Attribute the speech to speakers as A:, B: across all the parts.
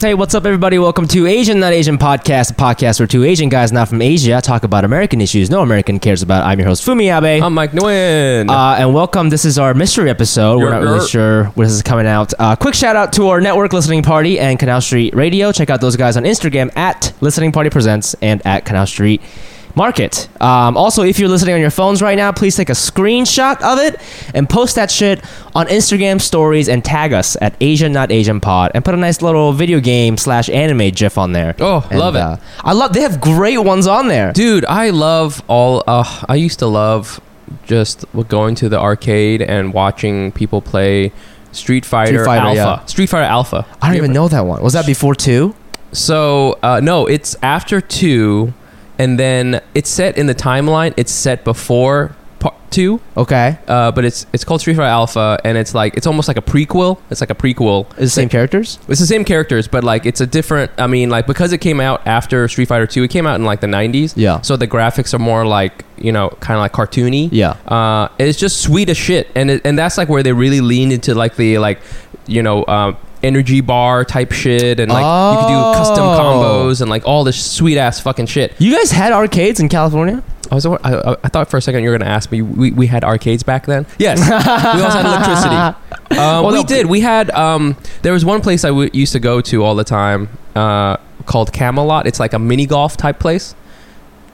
A: Hey, what's up, everybody? Welcome to Asian Not Asian Podcast, a podcast where two Asian guys not from Asia talk about American issues no American cares about. I'm your host, Fumi Abe.
B: I'm Mike Nguyen.
A: uh, and welcome. This is our mystery episode. We're
B: Yer,
A: not
B: yer.
A: really sure where this is coming out. Uh, quick shout out to our network listening party and Canal Street Radio. Check out those guys on Instagram at Listening Party Presents and at Canal Street Market. Um, also, if you're listening on your phones right now, please take a screenshot of it and post that shit on Instagram stories and tag us at Asian Not Asian Pod and put a nice little video game slash anime gif on there.
B: Oh,
A: And,
B: love it.
A: uh, I love. They have great ones on there.
B: Dude, I love all. Uh, I used to love just going to the arcade and watching people play Street Fighter,
A: Fighter,
B: Alpha.
A: yeah.
B: Street Fighter Alpha.
A: I don't even know that one. Was that before two?
B: So uh, no, it's after two, and then it's set in the timeline. It's set before part two,
A: Okay.
B: uh, but it's it's called Street Fighter Alpha, and it's like it's almost like a prequel. It's like a prequel.
A: Is it the same characters?
B: It's the same characters, but like it's a different. I mean, like because it came out after Street Fighter Two, it came out in like the '90s.
A: Yeah.
B: So the graphics are more like you know, kind of like cartoony.
A: Yeah.
B: Uh, it's just sweet as shit, and it, and that's like where they really lean into like the like, you know, um, energy bar type shit, and like you could do custom
A: Oh.
B: combos and like all this sweet ass fucking shit.
A: You guys had arcades in California?
B: I was I, I I thought for a second you were gonna ask me. We, we had arcades back then. Yes, we also had electricity. Um,
A: Well,
B: we
A: no,
B: did. We had. Um, there was one place I w- used to go to all the time uh, called Camelot. It's like a mini golf type place.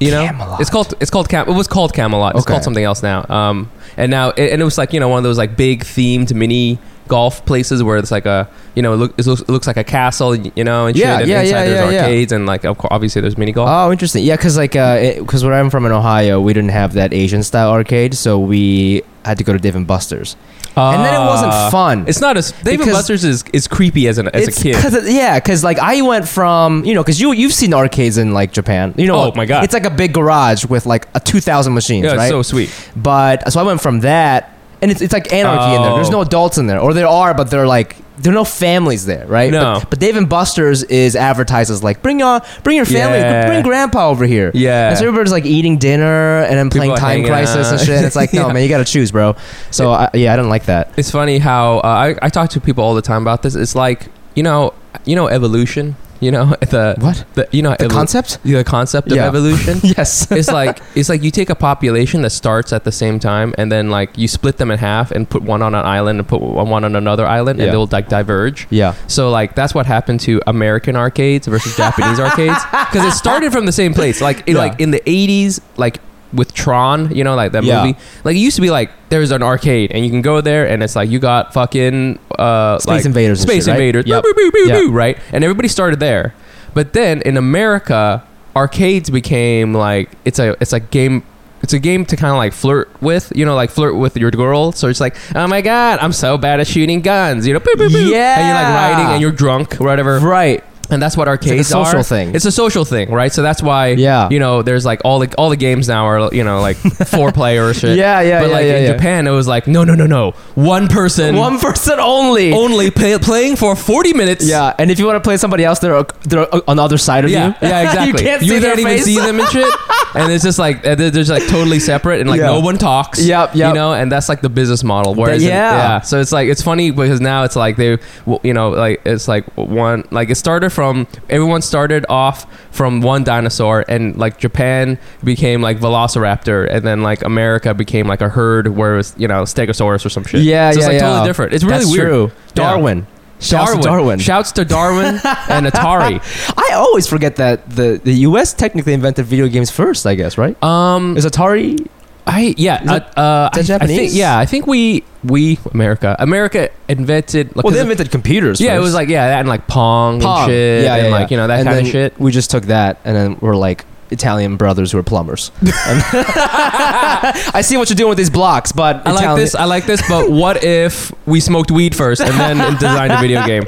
B: You know,
A: Camelot.
B: it's called it's called Cam- It was called Camelot. It's
A: Okay.
B: called something else now. Um, and now and it was like you know one of those like big themed mini golf places where it's like a you know it, look, it looks it looks like a castle. You know, and
A: Yeah,
B: shit. And
A: yeah,
B: inside
A: yeah,
B: there's
A: yeah, yeah.
B: arcades and like of course, obviously there's mini golf.
A: Oh, interesting. Yeah, because like, because where I'm from in Ohio, we didn't have that Asian style arcade, so we had to go to Dave and Buster's, and then it wasn't
B: Ah.
A: fun.
B: It's not as Dave and
A: Because-
B: Buster's is, is creepy as an as
A: It's
B: a kid.
A: 'cause it- yeah, because like I went from you know, because you you've seen arcades in like Japan, you know.
B: Oh, my God.
A: It's like a big garage with like a two thousand machines,
B: Yeah, it's
A: right?
B: so sweet.
A: but so I went from that, and it's, it's like anarchy in there. There's no
B: Oh.
A: adults in there, or there are, but they're like there are no families there, right?
B: No.
A: But, but Dave and Buster's is advertised as like bring your bring your family,
B: Yeah.
A: bring Grandpa over here.
B: Yeah.
A: And so everybody's like eating dinner and then playing
B: are
A: Time
B: hanging
A: Crisis and
B: out.
A: shit. And it's like no
B: Yeah.
A: man, you got to choose, bro. So I, yeah, I didn't like that.
B: It's funny how uh, I I talk to people all the time about this. It's like you know you know evolution. You know the
A: What?
B: the you know
A: The
B: evolu-
A: concept?
B: the concept
A: Yeah.
B: of evolution.
A: Yes.
B: it's like it's like you take a population that starts at the same time and then like you split them in half and put one on an island and put one on another island
A: Yeah.
B: and they'll like diverge.
A: yeah.
B: So like that's what happened to American arcades versus Japanese arcades because it started from the same place. Like it,
A: Yeah.
B: like in the eighties, like with Tron, you know, like that
A: Yeah.
B: movie. Like it used to be like there's an arcade and you can go there and it's like you got fucking uh,
A: Space
B: like,
A: Invaders and
B: Space
A: shit, right?
B: Invaders,
A: Yep.
B: Boo, boo, boo,
A: Yeah.
B: boo, right? And everybody started there, but then in America, arcades became like it's a it's a game. It's a game to kind of like flirt with, you know, like flirt with your girl. So it's like, oh my god, I'm so bad at shooting guns, you know, boop, boop, boop. and you're
A: Yeah.
B: like riding and you're drunk, or whatever.
A: Right.
B: And that's what
A: like a
B: arcades
A: social
B: are.
A: thing.
B: It's a social thing, right? So that's why,
A: Yeah.
B: you know, there's like all the all the games now are you know like four player or shit.
A: Yeah, yeah,
B: But
A: yeah,
B: like
A: yeah,
B: in
A: yeah.
B: Japan, it was like no, no, no, no, one person,
A: One person only.
B: only play, playing for forty minutes.
A: Yeah, and if you want to play somebody else, they're they're on the other side of
B: Yeah,
A: you.
B: yeah, exactly.
A: you can't see their
B: even
A: face.
B: see them and shit. And it's just like uh, they're they're just like totally separate, and like
A: Yeah.
B: no one talks.
A: Yep, yep.
B: You know, and that's like the business model. Whereas, in-
A: yeah.
B: So it's like it's funny because now it's like they, w- you know, like it's like one, like it started from everyone started off from one dinosaur, and like Japan became like Velociraptor, and then like America became like a herd where it was you know Stegosaurus or some shit.
A: Yeah,
B: so it's
A: yeah,
B: like
A: yeah.
B: totally different. It's really
A: That's
B: weird.
A: True. Darwin. Shouts to
B: Darwin.
A: Darwin.
B: Shouts to Darwin and Atari.
A: I always forget that the, the U.S. technically invented video games first. I guess right?
B: Um,
A: Is Atari?
B: I yeah.
A: Is
B: uh,
A: it-
B: uh,
A: is it
B: I- I think-
A: Japanese?
B: yeah, I think we we America America invented. Like,
A: Well, they invented computers.
B: yeah, it
A: first.
B: was like yeah, that and like Pong,
A: Pong.
B: and shit,
A: yeah, yeah,
B: and
A: yeah.
B: like you know that
A: And
B: kind of
A: then
B: shit.
A: We just took that, and then we're like Italian brothers who are plumbers. And- I see what you're doing with these blocks, but
B: I like
A: Italian-
B: this. I like this. But what if we smoked weed first and then designed a video game?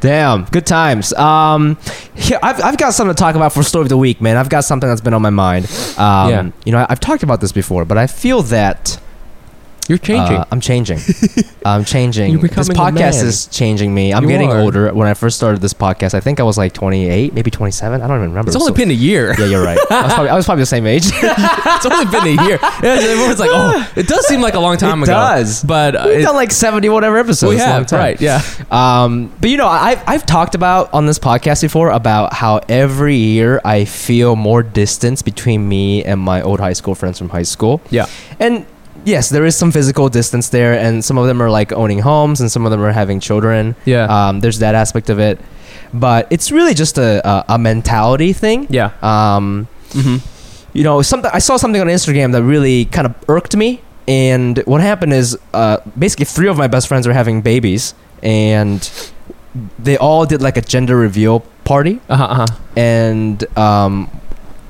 A: Damn, good times. Um, here, I've, I've got something to talk about for story of the week, man. I've got something that's been on my mind. Um,
B: Yeah.
A: You know, I, I've talked about this before, but I feel that
B: You're changing.
A: Uh, I'm changing. I'm changing.
B: You're
A: this
B: becoming a
A: podcast
B: man.
A: is changing me. I'm
B: You
A: getting
B: are.
A: older. When I first started this podcast, I think I was like 28, maybe 27. I don't even remember.
B: it's
A: It was
B: only
A: so-
B: been a year.
A: yeah, you're right. I was probably, I was probably the same age.
B: it's only been a year. Everyone's like, oh, it does seem like a long time
A: It
B: ago.
A: does.
B: but uh,
A: We've
B: it-
A: done like 70 whatever episodes.
B: we
A: It's a long
B: have
A: time.
B: right. Yeah,
A: Um, but you know, I've, I've talked about on this podcast before about how every year I feel more distance between me and my old high school friends from high school.
B: yeah.
A: And yes, there is some physical distance there, and some of them are like owning homes, and some of them are having children.
B: Yeah.
A: Um, there's that aspect of it. But it's really just a, a, a mentality thing.
B: Yeah.
A: Um,
B: hmm
A: you know, something I saw something on Instagram that really kind of irked me. And what happened is, uh, basically, three of my best friends are having babies, and they all did like a gender reveal party.
B: Uh-huh, uh-huh.
A: And um,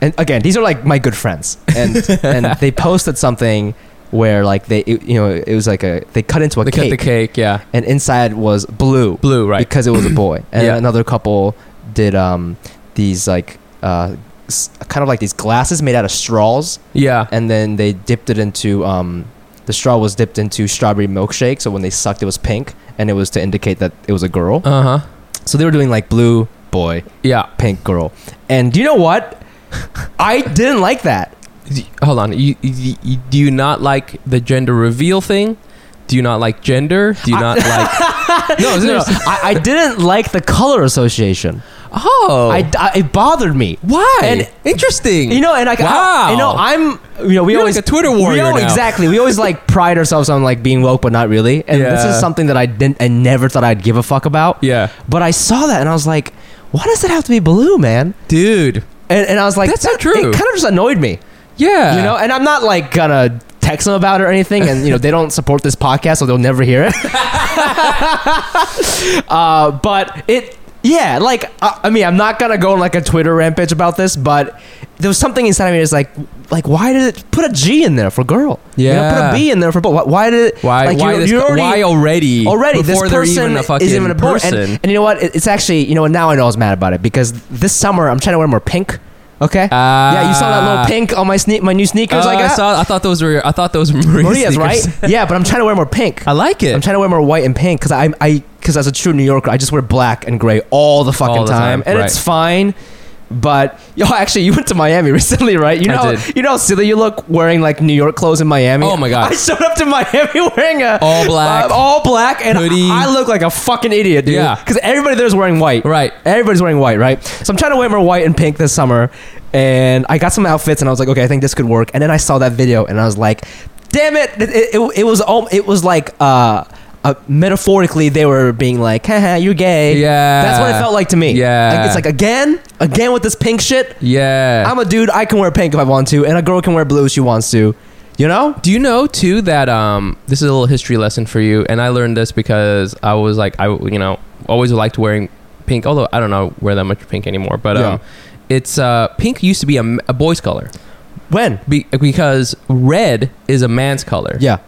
A: and again, these are like my good friends, and and they posted something where like they, it- you know, it was like a they cut into a
B: They cut
A: cake,
B: the cake. Yeah,
A: and inside was blue
B: blue. Right.
A: because it was a boy. And
B: Yeah.
A: another couple did um these like uh s- kind of like these glasses made out of straws,
B: yeah.
A: and then they dipped it into um the straw was dipped into strawberry milkshake. So when they sucked, it was pink, and it was to indicate that it was a girl.
B: Uh huh.
A: So they were doing like blue boy,
B: Yeah.
A: pink girl. And do you know what? I didn't like that.
B: D- Hold on. You, you, you- do you not like the gender reveal thing? Do you not like gender? Do you not like? No,
A: No, no,
B: seriously.
A: I, I didn't like the color association.
B: Oh,
A: I, I- it bothered me.
B: why?
A: and-
B: Interesting.
A: You know, and like, I,
B: Wow.
A: you know, I'm, you know, we
B: You're
A: always
B: like a Twitter
A: we
B: warrior
A: all-
B: now.
A: Exactly. We always like pride ourselves on like being woke, but not really. And this
B: Yeah.
A: is something that I didn't, I never thought I'd give a fuck about.
B: Yeah,
A: But I saw that and I was like, why does it have to be blue, man?
B: dude.
A: And, and I was like,
B: That's so
A: that-
B: true.
A: It kind of just annoyed me,
B: Yeah,
A: you know. And I'm not like gonna text them about it or anything. And you know, they don't support this podcast, so they'll never hear it. uh, but it. Yeah, like I, I mean, I'm not gonna go on like a Twitter rampage about this, but there was something inside of me that's like, like why did it put a G in there for girl? You know,
B: Yeah.
A: put a B in there for boy. Why, why did it?
B: Why?
A: Like,
B: why,
A: you're-
B: this,
A: you're already-
B: why already?
A: already this
B: Before they're
A: person
B: even a fucking
A: is even a boy.
B: person.
A: And, and you know what? It- It's actually you know what? Now I know I was mad about it because this summer I'm trying to wear more pink. Okay.
B: Ah.
A: yeah, you saw that little pink on my sne- my new sneakers
B: Oh,
A: I got.
B: saw. I thought those were. I thought those were Maria
A: Maria's right.
B: sneakers.
A: yeah, but I'm trying to wear more pink.
B: I like it.
A: I'm trying to wear more white and pink because I I because as a true New Yorker I just wear black and gray all the fucking
B: All the time,
A: and
B: right.
A: it's fine. But yo, actually, you went to Miami recently, right? You
B: I
A: know,
B: did.
A: you know how silly you look wearing like New York clothes in Miami.
B: Oh my God. Oh,
A: I showed up to Miami wearing a
B: All black.
A: uh, all black, and
B: Hoodie.
A: I look like a fucking idiot, dude.
B: Yeah.
A: because everybody there's wearing white.
B: right.
A: Everybody's wearing white, right? So I'm trying to wear more white and pink this summer. And I got some outfits, and I was like, okay, I think this could work. And then I saw that video, and I was like, damn it! It, it, it, it was al- it was like uh, uh, metaphorically they were being like, haha, you're gay.
B: Yeah.
A: That's what it felt like to me.
B: Yeah.
A: Like, it's like again, again with this pink shit.
B: Yeah.
A: I'm a dude. I can wear pink if I want to, and a girl can wear blue if she wants to. You know?
B: Do you know too that um this is a little history lesson for you and I learned this because I was like I you know always liked wearing pink although I don't know wear that much pink anymore but
A: Yeah.
B: um it's uh pink used to be a, m- a boy's color
A: When?
B: be- because red is a man's color
A: Yeah.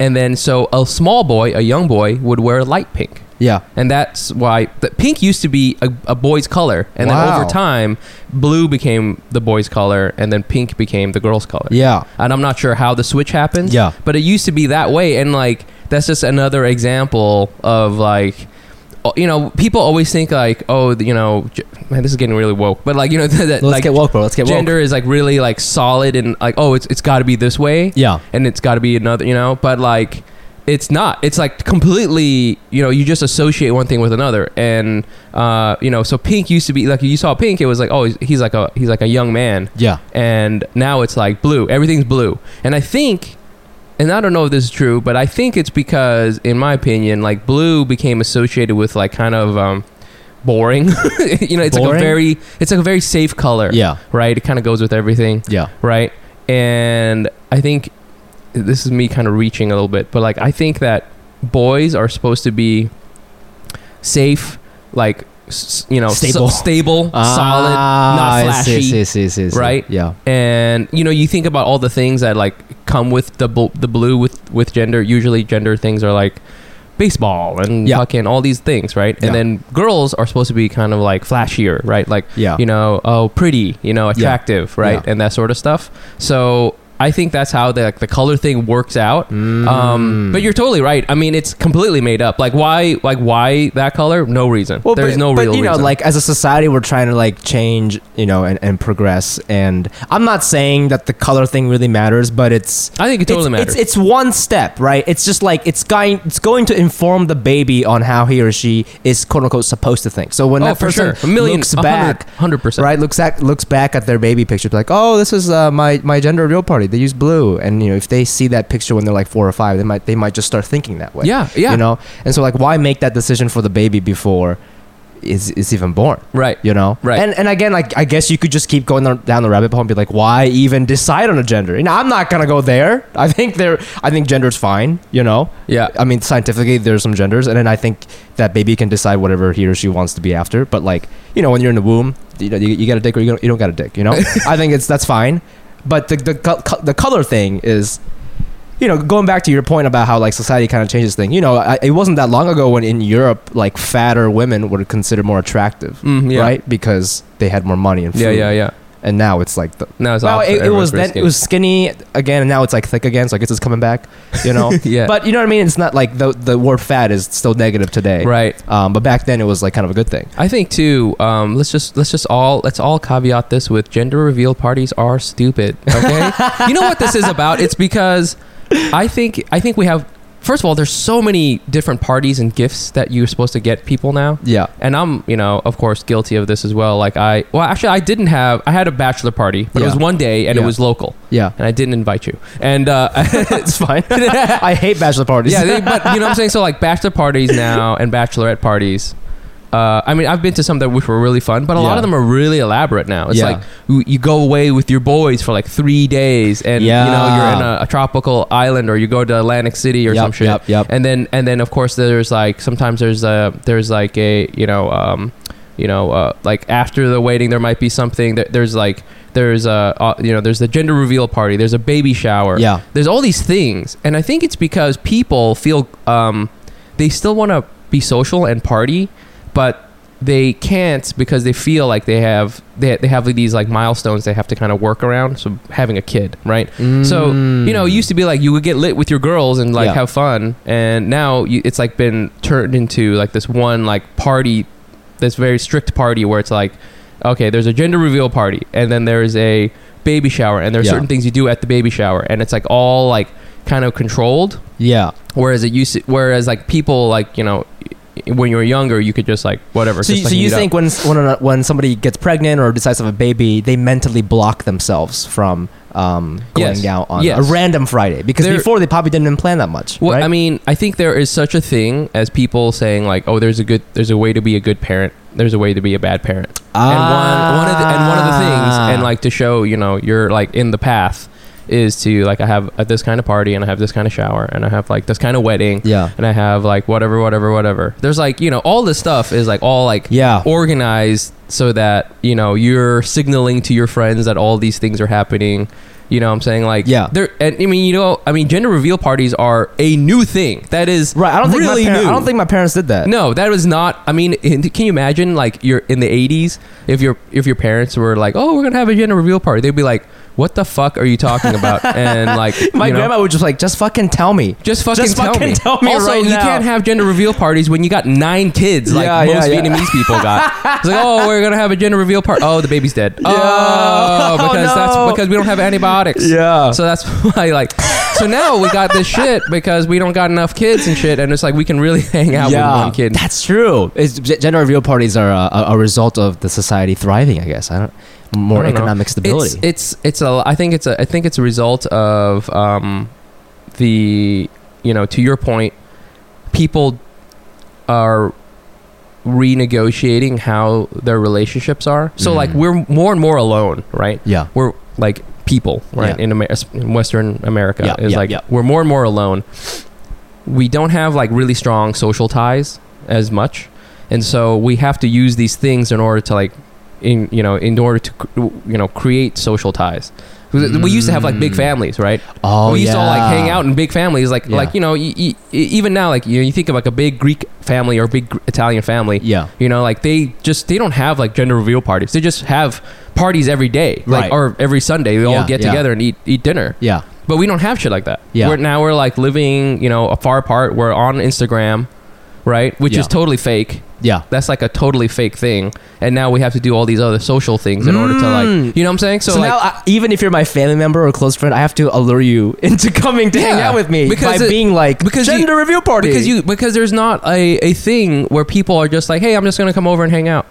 B: and then so a small boy a young boy would wear light pink
A: Yeah.
B: and that's why the pink used to be a, a boy's color and
A: Wow.
B: then over time blue became the boy's color and then pink became the girl's color
A: Yeah.
B: and I'm not sure how the switch happened.
A: Yeah.
B: But it used to be that way, and like that's just another example of like, uh, you know, people always think like, oh, you know, ge- man, this is getting really woke, but like, you know, that, that,
A: Let's
B: like
A: get woke, bro. Let's get woke.
B: gender is like really like solid and like, oh, it's it's got to be this way,
A: Yeah.
B: and it's got to be another, you know, but like. It's not. It's like completely. You know, you just associate one thing with another, and uh, you know. So pink used to be like you saw pink. It was like, oh, he's- he's like a he's like a young man
A: Yeah.
B: and now it's like blue. Everything's blue. And I think, and I don't know if this is true, but I think it's because, in my opinion, like blue became associated with like kind of um, boring. you know, it's like a
A: Boring?
B: very, it's like a very safe color.
A: Yeah.
B: Right. It kind of goes with everything.
A: Yeah.
B: Right. And I think this is me kind of reaching a little bit, but like I think that boys are supposed to be safe, like s- you know, s-
A: Stable. Ah.
B: stable, solid, not flashy right?
A: Yeah.
B: and you know you think about all the things that like come with the bl- the blue with with gender usually gender things are like baseball and
A: Yeah.
B: fucking all these things right
A: Yeah.
B: and then girls are supposed to be kind of like flashier right like
A: Yeah.
B: you know oh pretty you know attractive right
A: Yeah.
B: and that sort of stuff so I think that's how the the color thing works out.
A: Mm.
B: Um, but you're totally right. I mean, it's completely made up. Like why like why that color? No reason.
A: Well,
B: There's
A: but,
B: no
A: but,
B: real
A: you know,
B: reason.
A: like as a society, we're trying to like change, you know, and, and progress. And I'm not saying that the color thing really matters, but it's
B: I think it totally
A: it's,
B: matters.
A: It's, it's one step, right? It's just like it's going it's going to inform the baby on how he or she is quote unquote supposed to think. So when
B: Oh,
A: that
B: for
A: person
B: sure. A million-
A: looks
B: a hundred-
A: back,
B: hundred percent.
A: right? Looks at looks back at their baby picture, be like, oh, this is uh, my my gender reveal party. They use blue, and you know, if they see that picture when they're like four or five, they might they might just start thinking that way.
B: Yeah, yeah.
A: You know, and so like, why make that decision for the baby before? Is, is even born
B: Right.
A: you know
B: Right.
A: and and again like i guess you could just keep going down the rabbit hole and be like why even decide on a gender you know i'm not gonna go there i think there i think gender's fine you know
B: Yeah.
A: i mean scientifically there's some genders and then i think that baby can decide whatever he or she wants to be after but like you know when you're in the womb you know you, you got a dick or you don't, you don't got a dick you know i think it's that's fine but the the, co- co- the color thing is you know, going back to your point about how like society kind of changes things. You know, I, it wasn't that long ago when in Europe, like fatter women were considered more attractive,
B: Mm, yeah.
A: right? Because they had more money and food.
B: Yeah, yeah, yeah.
A: And now it's like the.
B: No, it's
A: Well,
B: opposite.
A: it, it
B: Everyone's
A: was then
B: risking
A: it was skinny again, and now it's like thick again. So I guess it's coming back, you know.
B: Yeah.
A: But you know what I mean? It's not like the the word fat is still negative today,
B: right.
A: Um, but back then it was like kind of a good thing.
B: I think too. Um, let's just let's just all let's all caveat this with gender reveal parties are stupid. Okay, you know what this is about? It's because I think I think we have. First of all, there's so many different parties and gifts that you're supposed to get people now.
A: Yeah.
B: And I'm, you know, of course, guilty of this as well. Like I, well, actually, I didn't have. I had a bachelor party, but
A: Yeah.
B: it was one day, and
A: Yeah.
B: it was local,
A: Yeah.
B: and I didn't invite you. And uh,
A: it's fine. I hate bachelor parties.
B: yeah, they, but you know what I'm saying? So like bachelor parties now and bachelorette parties. Uh, I mean, I've been to some that which were really fun, but a lot
A: Yeah.
B: of them are really elaborate now. It's
A: Yeah.
B: like you, you go away with your boys for like three days, and you know you're in
A: Yeah.
B: a, a tropical island, or you go to Atlantic City or
A: Yep,
B: some shit.
A: yep, yep.
B: And then and then of course there's like sometimes there's a there's like a you know um, you know uh, like after the wedding there might be something that there's like there's a uh, you know there's the gender reveal party, there's a baby shower,
A: Yeah.
B: there's all these things and i think it's because people feel um, they still want to be social and party but they can't because they feel like they have they, they have these like milestones they have to kind of work around so having a kid right so you know it used to be like you would get lit with your girls and like
A: Mm. Yeah.
B: have fun and now you, it's like been turned into like this one like party this very strict party where it's like okay there's a gender reveal party and then there's a baby shower and there's
A: Yeah.
B: certain things you do at the baby shower and it's like all like kind of controlled
A: Mm. Yeah.
B: whereas it used to, whereas like people like you know when you were younger you could just like whatever
A: So,
B: just,
A: you-
B: like,
A: so you
B: meet up.
A: think when s- when a- when somebody gets pregnant or decides to have a baby, they mentally block themselves from um, going
B: Yes.
A: out on
B: Yes.
A: a random Friday because
B: There-
A: before they probably didn't plan that much.
B: well
A: right?
B: i mean i think there is such a thing as people saying like oh there's a good there's a way to be a good parent there's a way to be a bad parent and one one of the, and one of the things
A: Ah.
B: and like to show you know you're like in the path is to like i have uh, this kind of party and i have this kind of shower and i have like this kind of wedding
A: yeah,
B: and I have like whatever, whatever, whatever. There's like you know all this stuff is like all like
A: yeah,
B: organized so that you know you're signaling to your friends that all these things are happening. You know what I'm saying like
A: Yeah.
B: There and I mean you know I mean gender reveal parties are a new thing that is
A: right. I don't think
B: really
A: my parents,
B: new.
A: I don't think my parents did that.
B: No, that was not. I mean, in, can you imagine like you're in the '80s if your if your parents were like, "Oh, we're gonna have a gender reveal party," they'd be like, "What the fuck are you talking about?" and like,
A: my
B: you know,
A: grandma would just like just fucking tell me.
B: just fucking,
A: Just
B: tell,
A: fucking
B: me.
A: tell me
B: Also,
A: right
B: you
A: now.
B: can't have gender reveal parties when you got nine kids, like
A: Yeah, yeah,
B: most
A: yeah.
B: Vietnamese people got. It's like, oh, we're gonna have a gender reveal party. Oh, the baby's dead.
A: Yeah.
B: Oh, because
A: Oh, no.
B: that's because we don't have antibiotics.
A: Yeah,
B: So that's why, like, so now we got this shit because we don't got enough kids and shit, and it's like we can really hang out with one kid.
A: That's true. It's, g- gender reveal parties are a, a- a result of the society thriving, I guess. I don't more
B: I don't know.
A: economic stability.
B: It's, it's it's a I think it's a I think it's a result of um, the you know to your point, people are renegotiating how their relationships are. So like
A: Mhm.
B: we're more and more alone, right?
A: yeah,
B: We're like people, right?
A: Yeah.
B: In, Amer- in Western America,
A: Yeah,
B: is
A: yeah,
B: like
A: yeah.
B: we're more and more alone. We don't have like really strong social ties as much, and so we have to use these things in order to like, in you know, in order to cr- you know create social ties. 'Cause We used to have like big families, right?
A: Mm. Oh,
B: we used to all like
A: yeah.
B: hang out in big families, like
A: Yeah.
B: like you know, y- y- y- even now, like you, know, you think of like a big Greek family or a big Gr- Italian family.
A: Yeah.
B: you know, like they just they don't have like gender reveal parties. They just have parties every day, like
A: Right.
B: or every Sunday. They
A: Yeah,
B: all get
A: yeah.
B: together and eat eat dinner.
A: Yeah.
B: But we don't have shit like that.
A: Yeah.
B: We're, now we're like living, you know, far apart. We're on Instagram, right? Which
A: Yeah.
B: is totally fake.
A: Yeah.
B: That's like a totally fake thing. And now we have to do all these other social things in order to
A: Mm.
B: like, you know what I'm saying?
A: So,
B: like,
A: now, I, even if you're my family member or close friend, I have to allure you into coming to hang
B: Yeah.
A: out with me
B: Because
A: by
B: it-
A: being like
B: because you-
A: gender reveal party.
B: because you because there's not a, a thing where people are just like, hey, I'm just gonna come over and hang out,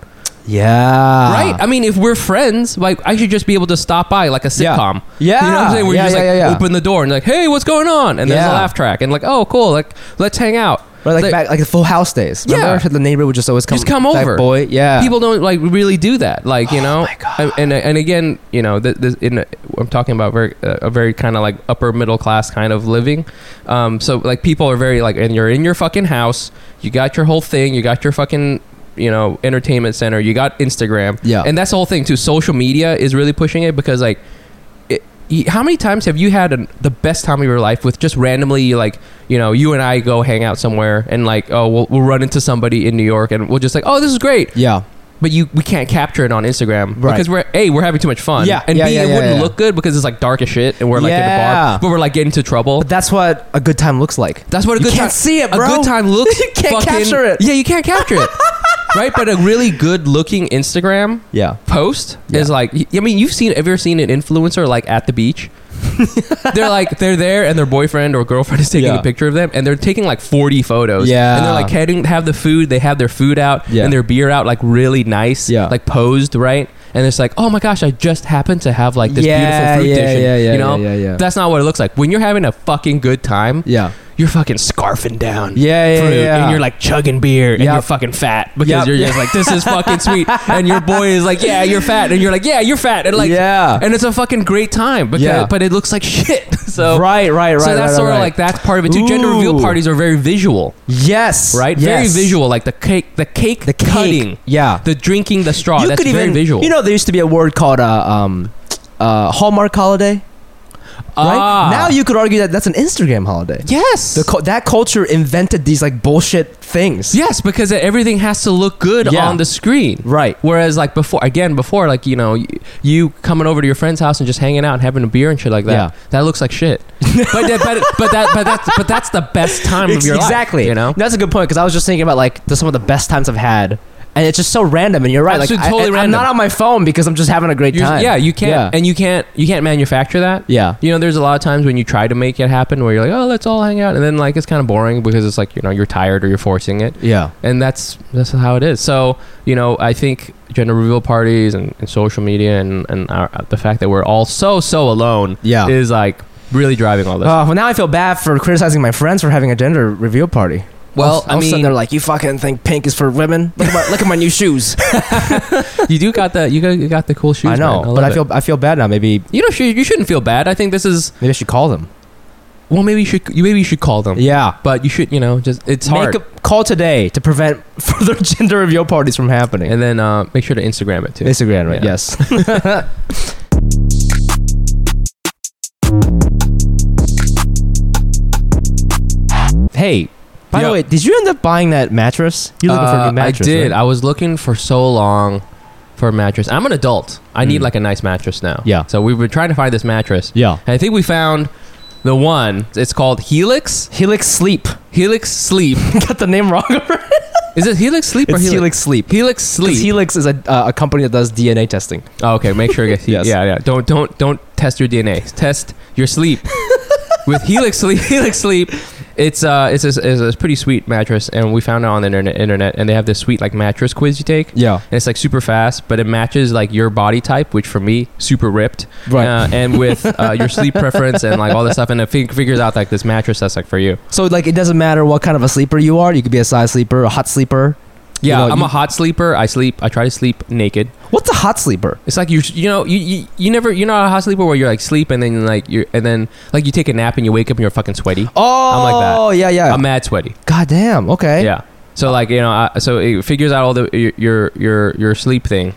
A: yeah,
B: right? I mean, if we're friends, like I should just be able to stop by like a
A: Yeah.
B: sitcom.
A: Yeah.
B: you know what I'm saying? Where
A: Yeah,
B: you just
A: yeah,
B: like
A: yeah, yeah.
B: open the door and like, hey, what's going on? And there's
A: Yeah.
B: a laugh track and like, oh, cool, like let's hang out.
A: Or like, back, like the Full House days.
B: Yeah.
A: Remember the neighbor would just always come.
B: Just come
A: that
B: over.
A: boy. Yeah, Oh
B: people don't like really do that like you know
A: my God.
B: And, and and again you know th- this in i'm talking about very uh, a very kind of like upper middle class kind of living um so like people are very like and you're in your fucking house you got your whole thing you got your fucking you know entertainment center you got instagram
A: Yeah.
B: and that's the whole thing too social media is really pushing it because like it, y- how many times have you had an, the best time of your life with just randomly like you know you and i go hang out somewhere and like oh we'll, we'll run into somebody in new york and we'll just like oh this is great
A: Yeah,
B: but you we can't capture it on Instagram
A: Right.
B: because we're a we're having too much fun.
A: Yeah,
B: and
A: yeah,
B: b
A: yeah,
B: it
A: yeah,
B: wouldn't
A: yeah.
B: look good because it's like dark as shit and we're like in a
A: Yeah.
B: bar, but we're like getting into trouble.
A: but that's what a good time looks like.
B: That's what a
A: You
B: good time.
A: can't see it, bro.
B: A good time looks.
A: You can't
B: fucking-
A: capture it.
B: Yeah, you can't capture it. right, but a really good looking Instagram
A: Yeah,
B: post
A: Yeah.
B: is like I mean you've seen have you ever seen an influencer like at the beach? they're like they're there and their boyfriend or girlfriend is taking
A: Yeah.
B: a picture of them and they're taking like 40 photos
A: Yeah.
B: and they're like heading have the food they have their food out
A: Yeah.
B: and their beer out like really nice
A: Yeah.
B: like posed right and it's like oh my gosh I just happened to have like this
A: Yeah,
B: beautiful fruit
A: yeah,
B: dish and,
A: yeah, yeah,
B: you know
A: yeah, yeah, yeah.
B: that's not what it looks like when you're having a fucking good time
A: yeah,
B: you're fucking scarfing down
A: Yeah, yeah,
B: fruit
A: yeah.
B: and you're like chugging beer and
A: Yep.
B: you're fucking fat because
A: Yep.
B: you're just like this is fucking sweet and your boy is like yeah you're fat and you're like yeah you're fat and like
A: Yeah.
B: and it's a fucking great time because,
A: Yeah.
B: but it looks like shit so
A: right, right, right.
B: so that's
A: right,
B: sort of
A: right.
B: like that's part of it too gender
A: Ooh.
B: reveal parties are very visual
A: yes,
B: right
A: yes.
B: very visual like the cake the cake
A: The cake,
B: cutting
A: yeah.
B: the drinking the straw
A: you
B: that's
A: could
B: very
A: even
B: visual
A: you know there used to be a word called uh, um, uh, Hallmark holiday. Right
B: Ah.
A: now, you could argue that that's an Instagram holiday.
B: yes
A: The cul- that culture invented these like bullshit things.
B: yes because everything has to look good
A: Yeah.
B: on the screen
A: Right.
B: Whereas like before, again before, like you know, you, you coming over to your friend's house and just hanging out and having a beer and shit like that.
A: Yeah.
B: That looks like shit. but that, but but that but that's but that's the best time of
A: Ex-
B: your life.
A: exactly.
B: You know.
A: that's a good point because I was just thinking about like the, some of the best times I've had, and it's just so random. And you're right,
B: Absolutely,
A: like I-
B: totally
A: and
B: random.
A: I'm not on my phone because I'm just having a great
B: You're-
A: time.
B: yeah, you can't, and you can't, you can't manufacture that.
A: Yeah.
B: you know, there's a lot of times when you try to make it happen, where you're like, oh, let's all hang out, and then like it's kind of boring because it's like you know you're tired or you're forcing it.
A: yeah,
B: and that's that's how it is. So you know, I think gender reveal parties and, and social media and and our, the fact that we're all so so alone,
A: Yeah.
B: is like really driving all this.
A: Uh, Ah. well, now I feel bad for criticizing my friends for having a gender reveal party.
B: Well,
A: all,
B: I
A: all of a sudden
B: mean-
A: they're like, "You fucking think pink is for women? Look at my, look at my new shoes."
B: you do got the you got, you got the cool shoes.
A: I know,
B: man. love
A: but I
B: it.
A: feel I feel bad now. Maybe
B: you know you, you shouldn't feel bad. I think this is
A: maybe I should call them.
B: well, maybe you should you maybe you should call them.
A: Yeah,
B: But you should, you know, just it's hard,
A: Make a call today to prevent further gender reveal parties from happening.
B: and then uh, make sure to Instagram it too.
A: Instagram, right?
B: Yeah.
A: Yes. hey, by
B: Yeah.
A: the way, did you end up buying that mattress? You're looking for a
B: Uh,
A: new mattress.
B: I did.
A: right?
B: I was looking for so long for a mattress. I'm an adult. I need
A: Mm.
B: like a nice mattress now.
A: Yeah.
B: So we've been trying to find this mattress.
A: Yeah.
B: And I think we found the one. It's called Helix.
A: Helix Sleep.
B: Helix Sleep.
A: Got the name wrong. already.
B: Is it Helix Sleep or
A: it's
B: Helix?
A: Helix Sleep.
B: Helix
A: 'Cause
B: Sleep.
A: Helix is a, uh, a company that does DNA testing.
B: oh, okay. Make sure it gets.
A: Yes.
B: Yeah, yeah. Don't don't don't test your DNA. Test your sleep. With Helix Sleep, Helix Sleep, it's uh it's a, it's a pretty sweet mattress, and we found it on the internet, internet, and they have this sweet like mattress quiz you take.
A: Yeah.
B: And it's like super fast, but it matches like your body type, which for me, super ripped.
A: Right.
B: Uh, and with uh, your sleep preference and like all this stuff, and it fig- figures out like this mattress that's like for you.
A: So like, it doesn't matter what kind of a sleeper you are. You could be a side sleeper, a hot sleeper. You
B: Yeah,
A: know,
B: I'm
A: you-
B: a hot sleeper. I sleep. I try to sleep naked.
A: What's a hot sleeper?
B: It's like you, you know, you, you, you never, you're not a hot sleeper where you're like sleep and then like you, are and then like you take a nap and you wake up and you're fucking sweaty.
A: Oh,
B: I'm like that.
A: yeah, yeah.
B: I'm mad sweaty.
A: God damn. Okay.
B: Yeah. So like you know, I, so it figures out all the your your your, your sleep thing,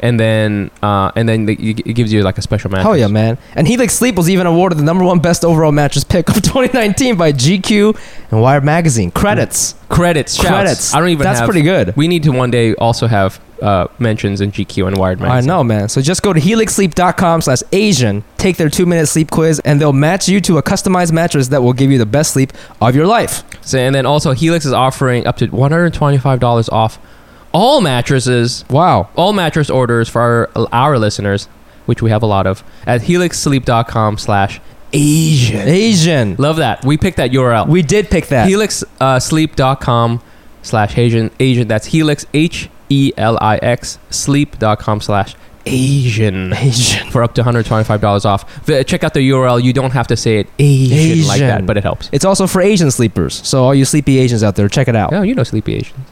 B: and then uh, and then the, it gives you like a special mattress.
A: Hell yeah, man. And Helix Sleep was even awarded the number one best overall mattress pick of 2019 by GQ and Wired Magazine. Credits.
B: Credits, shouts.
A: Credits.
B: I don't even.
A: That's
B: have-
A: pretty good.
B: We need to one day also have uh, mentions in GQ and Wired
A: I
B: magazine.
A: know, man. So just go to helixsleep.com slash Asian, take their two minute sleep quiz, and they'll match you to a customized mattress that will give you the best sleep of your life.
B: So, and then also Helix is offering up to one hundred twenty-five dollars off all mattresses,
A: Wow.
B: all mattress orders for our, our listeners, which we have a lot of, at helixsleep.com/slash Asian.
A: Asian.
B: Love that. We picked that URL.
A: We did pick that.
B: helixsleep.com slash Asian Asian. That's Helix H E L I X sleep.com slash Asian
A: Asian.
B: for up to $125 off. V- Check out the URL. You don't have to say it Asian, like
A: Asian.
B: that, but it helps.
A: It's also for Asian sleepers. So all you sleepy Asians out there, check it out.
B: Oh, you know sleepy Asian.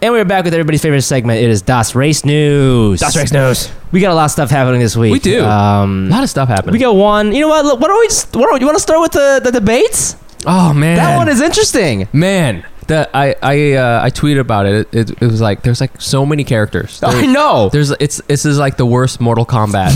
A: And we're back with everybody's favorite segment. It is Das Race News.
B: News.
A: We got a lot of stuff happening this week.
B: We do. A
A: Um,
B: lot of stuff happened.
A: we got one. You know what? Look, Why don't we? Just, why don't you want to start with the, the debates?
B: oh, man.
A: That one is interesting.
B: Man. That I I uh, I tweeted about it. It, it. it was like there's like so many characters. There-
A: I know.
B: There's it's this is like the worst Mortal Kombat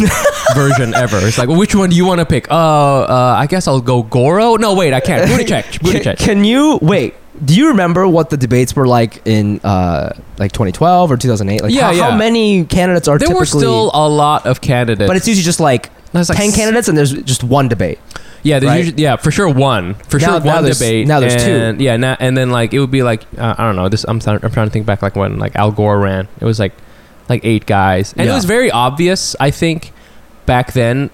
B: version ever. It's like which one do you want to pick? Uh, uh, I guess I'll go Goro. No, wait, I can't. Booty check, booty
A: Can,
B: check.
A: can you wait? Do you remember what the debates were like in uh, like 2012 or 2008? Like
B: Yeah,
A: how, how
B: yeah.
A: many candidates are
B: There
A: typically?
B: were still a lot of candidates,
A: but it's usually just like
B: There's like
A: ten
B: s-
A: candidates and there's just one debate.
B: Yeah, there's
A: right?
B: usually, yeah, for sure one, for
A: Now-
B: sure
A: now
B: one
A: there's-
B: debate.
A: now there's two.
B: and, two. Yeah, now, and then like it would be like uh, I don't know. This I'm trying, I'm trying to think back like when like Al Gore ran. It was like like eight guys, and
A: Yeah.
B: it was very obvious. I think back then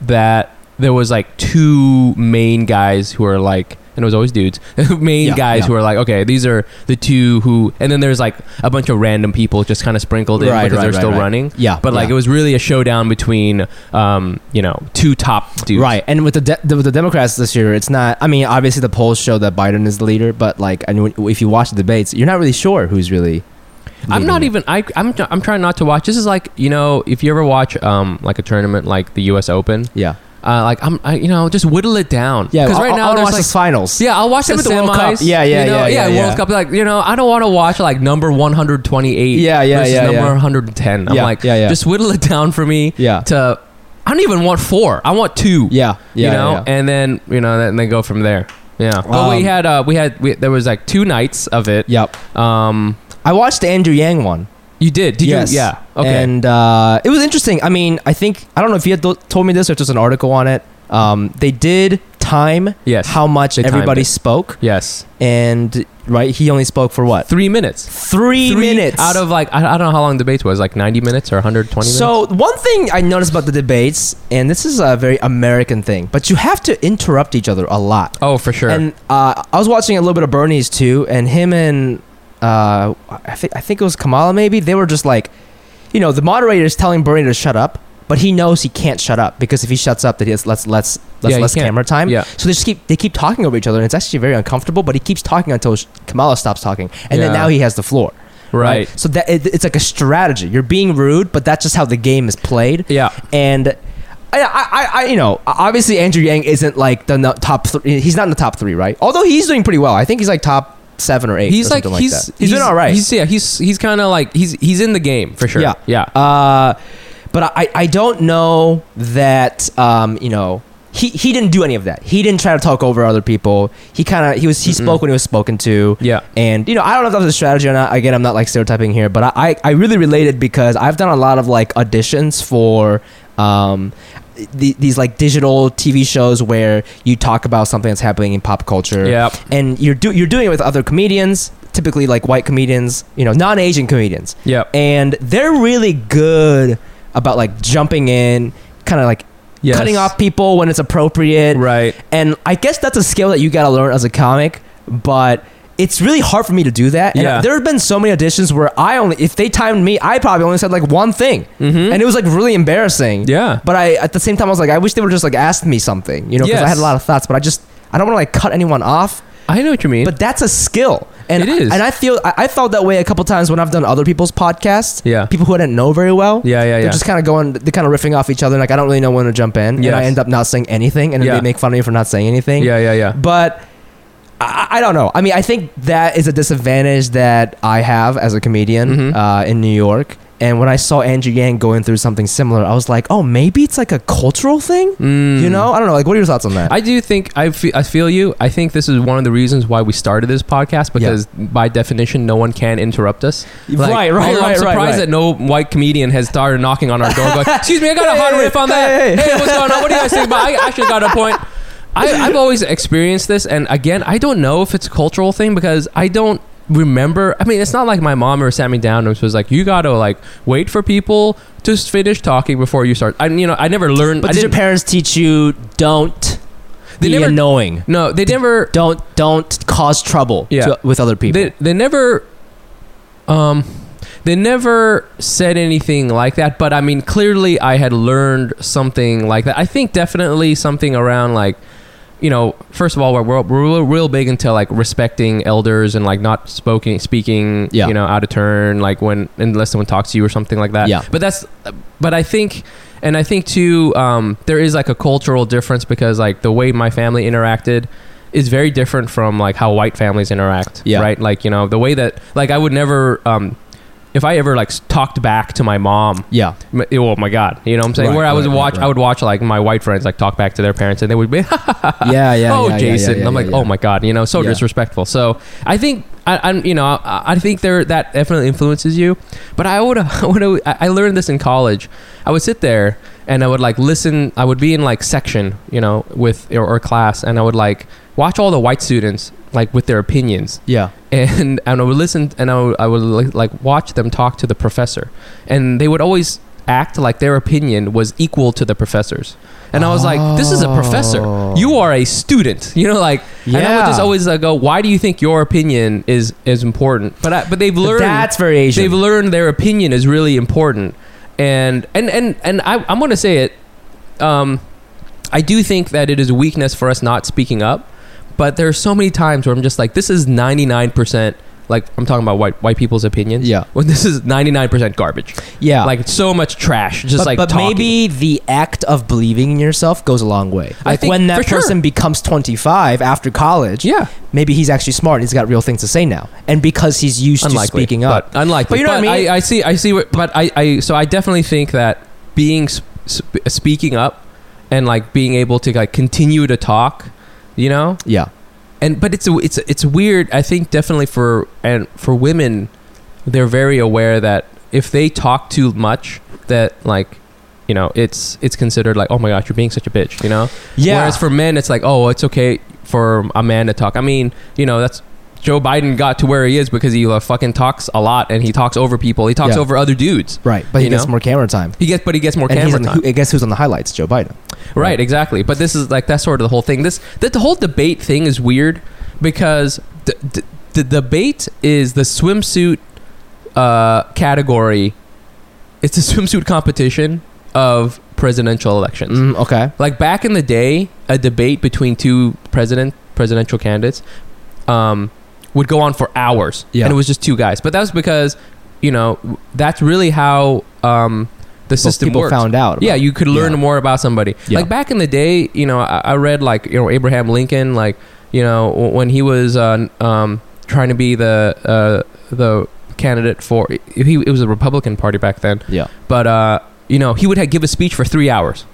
B: that there was like two main guys who are like. And it was always dudes, main
A: Yeah,
B: guys
A: yeah.
B: who are like, okay, these are the two who, and then there's like a bunch of random people just kind of sprinkled in
A: Right,
B: because
A: right,
B: they're
A: right,
B: still
A: right.
B: running.
A: Yeah,
B: but like
A: yeah.
B: it was really a showdown between, um, you know, two top dudes.
A: Right, and with the, de- the with the Democrats this year, it's not. I mean, obviously the polls show that Biden is the leader, but like, and when- if you watch the debates, you're not really sure who's really.
B: I'm not
A: leading.
B: even. I, I'm. I'm trying not to watch. This is like you know, if you ever watch um like a tournament like the U.S. Open,
A: Yeah,
B: uh, like I'm, I, you know, just whittle it down.
A: yeah.
B: Because
A: I'll-
B: right
A: I'll-
B: now
A: I'll watch
B: there's
A: the
B: like.
A: finals.
B: Yeah, I'll watch
A: Same
B: them at the
A: with the World
B: semis.
A: Cup. Yeah, yeah,
B: you know?
A: yeah, yeah, yeah.
B: World Cup. Like you know, I don't want to watch like number 128.
A: Yeah, yeah,
B: versus
A: yeah,
B: Number
A: yeah.
B: 110. I'm
A: Yeah,
B: like,
A: yeah, yeah.
B: just whittle it down for me.
A: Yeah.
B: To, I don't even want four. I want two.
A: yeah, yeah.
B: you know,
A: yeah, yeah.
B: and then you know, and then go from there. Yeah. but
A: Um,
B: we had uh, we had we, there was like two nights of it.
A: Yep.
B: Um,
A: I watched the Andrew Yang one.
B: you did? Did
A: yes.
B: you? Yeah. Okay.
A: And uh, it was interesting. I mean, I think I don't know if you had th- told me this or just an article on it. Um, they did time
B: Yes.
A: how much
B: They timed
A: everybody
B: it.
A: spoke,
B: Yes.
A: and right, he only spoke for what
B: Three minutes.
A: three, minutes
B: out of like I, I don't know how long the debate was like ninety minutes or one hundred twenty minutes.
A: So one thing I noticed about the debates, and this is a very American thing, but you have to interrupt each other a lot.
B: Oh, for sure.
A: And uh, I was watching a little bit of Bernie's too, and him and uh, I think I think it was Kamala maybe they were just like, you know, the moderator is telling Bernie to shut up, but he knows he can't shut up because if he shuts up, that he has less less less
B: Yeah, he
A: less
B: can't.
A: camera time.
B: yeah.
A: So they just keep they keep talking over each other, and it's actually very uncomfortable. But he keeps talking until sh- Kamala stops talking, and then
B: Yeah.
A: now he has the floor.
B: Right.
A: So that it, it's like a strategy. You're being rude, but that's just how the game is played.
B: Yeah.
A: And I, I, I you know, obviously Andrew Yang isn't like the no- top three. He's not in the top three, right? Although he's doing pretty well. I think he's like top seven or eight.
B: He's
A: or
B: like,
A: something
B: he's,
A: that. he's doing all right.
B: He's yeah. He's he's kind of like he's he's in the game for sure.
A: Yeah.
B: Yeah.
A: uh, but I, I don't know that um, you know. He, he didn't do any of that. He didn't try to talk over other people. He kind of he was he spoke when he was spoken to.
B: yeah.
A: And you know, I don't know if that was a strategy or not. Again, I'm not like stereotyping here, but I I, I really related because I've done a lot of like auditions for um the, these like digital TV shows where you talk about something that's happening in pop culture.
B: Yeah.
A: And you're do you're doing it with other comedians, typically like white comedians, you know, non-Asian comedians.
B: Yeah.
A: And they're really good about like jumping in, kind of like
B: Yes.
A: cutting off people when it's appropriate.
B: Right.
A: And I guess that's a skill that you gotta learn as a comic, but it's really hard for me to do that. And
B: Yeah.
A: there have been so many auditions where I only, if they timed me, I probably only said like one thing,
B: Mm-hmm.
A: and it was like really embarrassing.
B: yeah.
A: But I, at the same time, I was like, I wish they were just like asked me something, you know, because I
B: Yes.
A: had a lot of thoughts, but I just, I don't want to like cut anyone off.
B: I know what you mean.
A: But that's a skill, and
B: It is.
A: And I feel I, I felt that way a couple times when I've done other people's podcasts.
B: Yeah.
A: people who I didn't know very well.
B: yeah. Yeah.
A: They're
B: Yeah.
A: just kind of going, they're kind of riffing off each other. Like, I don't really know when to jump in. And
B: Yes.
A: I end up not saying anything. And then
B: Yeah.
A: they make fun of me for not saying anything.
B: yeah. Yeah. Yeah.
A: But I, I don't know. I mean, I think that is a disadvantage that I have as a comedian
B: Mhm.
A: uh, in New York. And when I saw Andrew Yang going through something similar, I was like, oh, maybe it's like a cultural thing.
B: Mm.
A: You know? I don't know. Like, what are your thoughts on that?
B: I do think I feel, I feel you. I think this is one of the reasons why we started this podcast because by definition, no one can interrupt us.
A: Right, right,
B: although
A: right, right,
B: I'm surprised
A: right.
B: that no white comedian has started knocking on our door. Going, Excuse me, I got a hot
A: Hey,
B: riff on
A: hey,
B: that. Hey, what's going on? What do you guys think? But I actually got a point. I, I've always experienced this, and again, I don't know if it's a cultural thing because I don't remember. I mean, it's not like my mom ever sat me down and was like, "You got to like wait for people." to finish talking before you start. I, you know, I never learned.
A: but
B: I
A: did your
B: didn't-
A: parents teach you don't
B: They
A: be
B: never-
A: annoying?
B: no, they never.
A: Don't don't cause trouble
B: Yeah.
A: to- with other people.
B: They, they never, um, they never said anything like that. But I mean, clearly, I had learned something like that. I think definitely something around like, you know, first of all, we're we're, we're real, real big into like respecting elders and like not spoken speaking,
A: Yeah.
B: you know, out of turn, like when unless someone talks to you or something like that.
A: Yeah.
B: But that's, but I think. And I think too, um, there is like a cultural difference because like the way my family interacted is very different from like how white families interact.
A: Yeah.
B: Right. Like you know the way that like I would never, um, if I ever like s- talked back to my mom,
A: yeah.
B: m- oh my god, you know what I'm saying?
A: Right,
B: Where I was
A: right, right,
B: watch,
A: right.
B: I would watch like my white friends like talk back to their parents, and they would be,
A: Yeah, yeah. yeah,
B: oh
A: yeah,
B: Jason,
A: yeah, yeah,
B: I'm like,
A: yeah.
B: oh my god, you know, so
A: Yeah.
B: disrespectful. So I think I, I'm, you know, I, I think there that definitely influences you. But I would, I would, I I learned this in college. I would sit there and I would like listen. I would be in like section, you know, with or, or class, and I would like watch all the white students like with their opinions
A: Yeah.
B: and and I would listen and I would, I would like, like watch them talk to the professor, and they would always act like their opinion was equal to the professor's. And I was like, "This is a professor.
A: Oh.
B: You are a student. You know, like." And I would just
A: Yeah.
B: always like go, "Why do you think your opinion is is important?" But I, but they've learned
A: That's very Asian.
B: they've learned their opinion is really important and and and and I, i'm going to say it um, i do think that it is a weakness for us not speaking up but there are so many times where i'm just like this is 99% like i'm talking about white white people's opinions
A: Yeah.
B: when this is 99% garbage
A: yeah.
B: like so much trash just
A: but,
B: like
A: but
B: talking.
A: maybe the act of believing in yourself goes a long way.
B: I
A: Like
B: think-
A: when that
B: for sure.
A: person becomes 25 after college,
B: yeah
A: maybe he's actually smart. He's got real things to say now, and because he's used
B: unlikely
A: to speaking up.
B: but unlikely
A: But you know what I mean?
B: I, see i see what but i i so i definitely think that being sp- sp- speaking up and like being able to like continue to talk you know
A: yeah,
B: and but it's a, it's it's weird. I think definitely for and for women, they're very aware that if they talk too much, that like you know it's it's considered like oh my gosh you're being such a bitch you know
A: yeah.
B: whereas for men it's like oh it's okay for a man to talk i mean you know that's joe biden got to where he is because he uh, fucking talks a lot and he talks over people he talks
A: Yeah.
B: over other dudes
A: right, but he
B: you
A: gets
B: know?
A: more camera time.
B: he gets but he gets more
A: and he's
B: camera
A: on the-
B: time
A: who- guess who's on the highlights? Joe Biden.
B: Right, exactly. But this is like that's sort of the whole thing. This that the whole debate thing is weird because the, the, the debate is the swimsuit uh, category. It's a swimsuit competition of presidential elections.
A: Mm, okay.
B: Like back in the day, a debate between two president presidential candidates um, would go on for hours,
A: Yeah.
B: and it was just two guys. But that was because you know that's really how um, the
A: Most
B: system
A: people
B: works.
A: found out. about-
B: Yeah, you could learn
A: Yeah.
B: more about somebody.
A: Yeah.
B: Like back in the day, you know, I, I read like you know Abraham Lincoln, like you know w- when he was uh, um, trying to be the uh, the candidate for he it was a Republican Party back then,
A: yeah.
B: but uh, you know he would ha give a speech for three hours,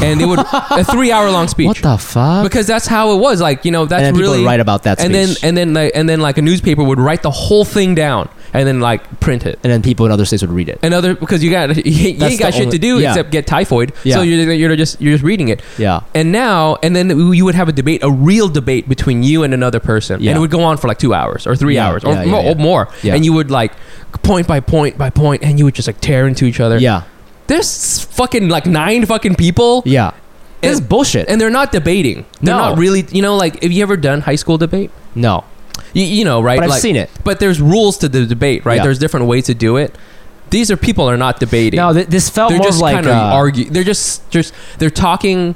B: and it would a three hour long speech
A: What the fuck?
B: because that's how it was. Like you know that's
A: and then
B: really
A: people write about that. Speech.
B: and then and then like, and then like a newspaper would write the whole thing down and then like print it.
A: And then people in other states would read it.
B: And other because you got you
A: That's
B: ain't got
A: the
B: shit
A: only-
B: to do
A: yeah.
B: except get typhoid.
A: Yeah.
B: So you're, you're just you're just reading it.
A: Yeah.
B: And now and then you would have a debate, a real debate between you and another person,
A: Yeah.
B: and it would go on for like two hours or three
A: Yeah,
B: hours or,
A: yeah, yeah,
B: mo-
A: yeah.
B: or more.
A: Yeah.
B: And you would like point by point by point, and you would just like tear into each other.
A: Yeah.
B: There's fucking like nine fucking people,
A: Yeah. This is
B: And-
A: bullshit.
B: and they're not debating. They're
A: No.
B: not really. You know, like have you ever done high school debate?
A: no.
B: You, you know, right?
A: But I've
B: like,
A: seen it.
B: But there's rules to the debate, right?
A: Yeah.
B: There's different ways to do it. These are people are not debating
A: No, th- this felt
B: they're
A: more
B: just
A: like
B: kind of
A: uh,
B: argue. They're just just they're talking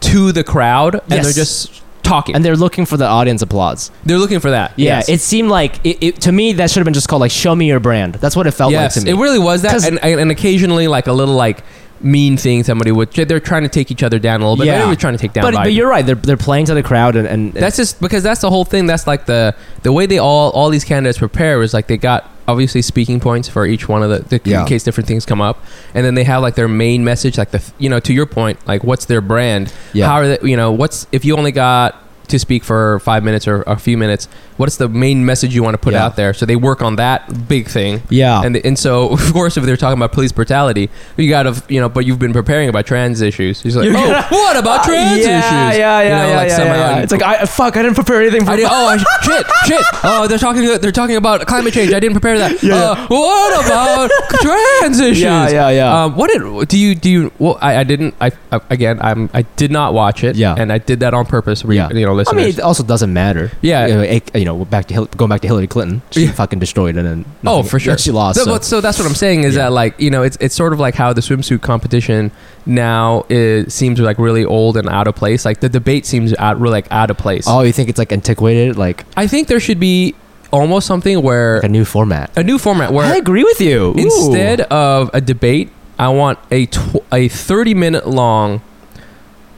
B: to the crowd and
A: Yes.
B: they're just talking.
A: and they're looking for the audience applause.
B: they're looking for that.
A: Yeah,
B: yes.
A: it seemed like it, it, to me that should have been just called like "Show me your brand." That's what it felt
B: yes,
A: like to me.
B: it really was that,
A: 'Cause-
B: and, and and occasionally like a little like mean thing somebody would. They're trying to take each other down a little bit.
A: Yeah.
B: Maybe we're trying to take down.
A: but,
B: Biden.
A: but you're right. They're, they're playing to the crowd, and, and, and
B: That's just because that's the whole thing. That's like the the way they all all these candidates prepare is like they got obviously speaking points for each one of the, the
C: Yeah.
B: in case different things come up, and then they have like their main message, like the you know to your point, like what's their brand?
C: Yeah.
B: How are they? You know, what's if you only got to speak for five minutes or a few minutes, what's the main message you want to put
C: Yeah.
B: out there? So they work on that big thing.
C: Yeah.
B: And and so of course if they're talking about police brutality, you got to you know, but you've been preparing about trans issues. He's like,
A: You're
B: oh,
A: gonna-
B: what about trans
A: yeah, Yeah,
B: issues?
A: yeah,
B: You know,
A: yeah,
B: like
A: yeah,
B: somehow-
A: yeah. It's like I fuck. I didn't prepare anything for.
B: I did, oh I, shit, shit! Oh, they're talking. They're talking about climate change. I didn't prepare that.
A: Yeah.
B: Uh, what about trans issues?
A: Yeah, yeah, yeah.
B: Um, what did do you do? You, well, I, I didn't. I, I again, I'm. I did not watch it.
A: Yeah.
B: and I did that on purpose. We,
A: Yeah.
B: you know,
A: I
B: listeners.
A: mean, it also doesn't matter.
B: Yeah.
A: you know, it- you know, back to Hil- going back to Hillary Clinton, she
B: Yeah.
A: fucking destroyed it, and
B: oh,
A: nothing-
B: for sure,
A: she lost.
B: So,
A: so-
B: but- so that's what I'm saying is
A: Yeah.
B: that like you know, it's it's sort of like how the swimsuit competition now is, seems like really old and out of place. Like the debate seems out really like out of place.
A: Oh, you think it's like antiquated, like,
B: I think there should be almost something where.
A: like a new format?
B: a new format Er, where
A: I agree with you. Ooh.
B: Instead of a debate, I want a tw- a 30 minute long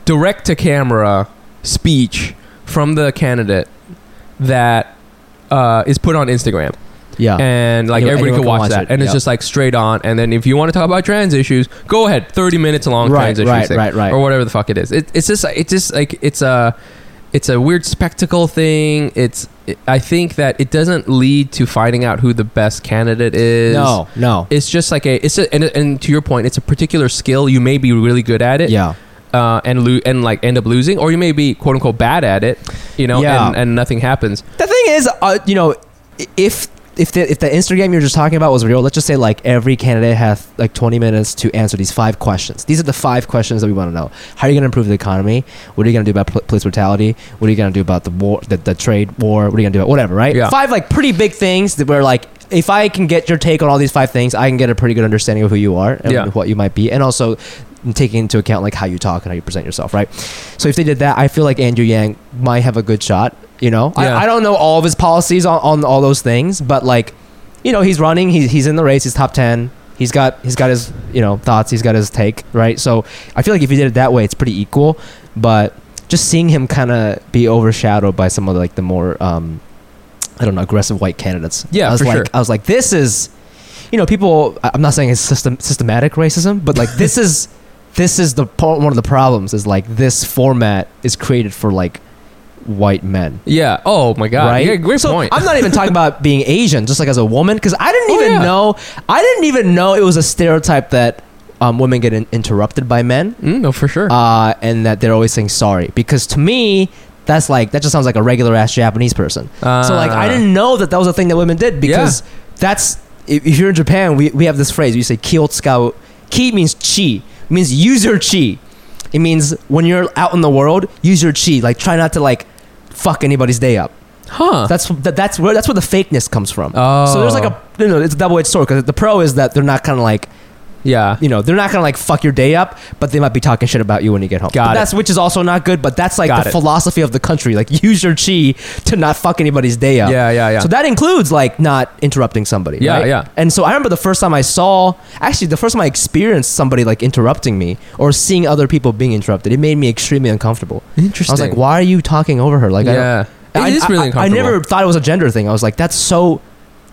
B: direct to camera speech from the candidate that uh, is put on Instagram
A: yeah,
B: and like
A: Ah. Anyone-
B: everybody
A: anyone
B: could
A: can
B: watch
A: watch
B: that
A: it,
B: and it's
A: yeah.
B: just like straight on and then if you want to talk about trans issues go ahead 30 minutes long
A: Right,
B: trans issues
A: right,
B: thing,
A: right, right.
B: or whatever the fuck it is it, it's just it's just like it's a it's a weird spectacle thing it's it, i think that it doesn't lead to finding out who the best candidate is
A: no, no,
B: it's just like a it's a and, and to your point it's a particular skill you may be really good at it
A: yeah,
B: uh, and lo- and like end up losing or you may be quote unquote bad at it you know
A: Yeah.
B: and, and nothing happens
A: The thing is, uh, you know, i- if if the if the Instagram you're just talking about was real, let's just say like every candidate has like 20 minutes to answer these five questions. These are the five questions that we want to know. How are you going to improve the economy? What are you going to do about pol- police brutality? What are you going to do about the war, the, the trade war? What are you going to do about whatever? Right?
B: Yeah.
A: Five like pretty big things that were like. If I can get your take on all these five things, I can get a pretty good understanding of who you are and
B: Yeah.
A: what you might be, and also taking into account like how you talk and how you present yourself, right? So if they did that, I feel like Andrew Yang might have a good shot. You know,
B: Yeah.
A: I, I don't know all of his policies on, on all those things, but like, you know, he's running. He's he's in the race. He's top ten. He's got he's got his you know thoughts. He's got his take right. So I feel like if you did it that way, it's pretty equal. But just seeing him kind of be overshadowed by some of the, like the more um, I don't know aggressive white candidates.
B: Yeah,
A: I was
B: for
A: like
B: sure.
A: I was like this is, you know, people. I- I'm not saying it's system systematic racism, but like this is this is the po- one of the problems is like this format is created for like white men.
B: yeah oh my god
A: Right?
B: yeah great
A: so
B: point
A: I'm not even talking about being Asian, just like as a woman, because I didn't
B: Oh,
A: even
B: yeah.
A: know. I didn't even know it was a stereotype that um, women get in- interrupted by men,
B: Mm, no for sure
A: uh, and that they're always saying sorry. Because to me, that's like that just sounds like a regular ass Japanese person. so like I
B: Uh,
A: didn't know that that was a thing that women did because that's if, if you're in Japan, we, we have this phrase. We say ki otsukau. Ki means chi, means use your chi. It means when you're out in the world, use your chi. Like try not to like fuck anybody's day up.
B: huh
A: That's that, that's where that's where the fakeness comes from.
B: Uh. oh
A: So there's like a you know it's a double edged sword because the pro is that they're not kind of like
B: yeah
A: you know they're not gonna like fuck your day up, but they might be talking shit about you when you get home.
B: Got
A: But
B: it.
A: That's which is also not good, but that's like
B: Got
A: the
B: it.
A: philosophy of the country. Like use your chi to not fuck anybody's day up.
B: yeah yeah yeah
A: So that includes like not interrupting somebody.
B: Yeah,
A: right?
B: yeah.
A: And so I remember the first time I saw, actually the first time I experienced somebody like interrupting me or seeing other people being interrupted, it made me extremely uncomfortable. I
B: interesting
A: was like, why are you talking over her? Like, I don't-
B: yeah It
A: I-
B: is
A: I-
B: really
A: I- I,
B: uncomfortable.
A: never thought it was a gender thing. I was like, that's so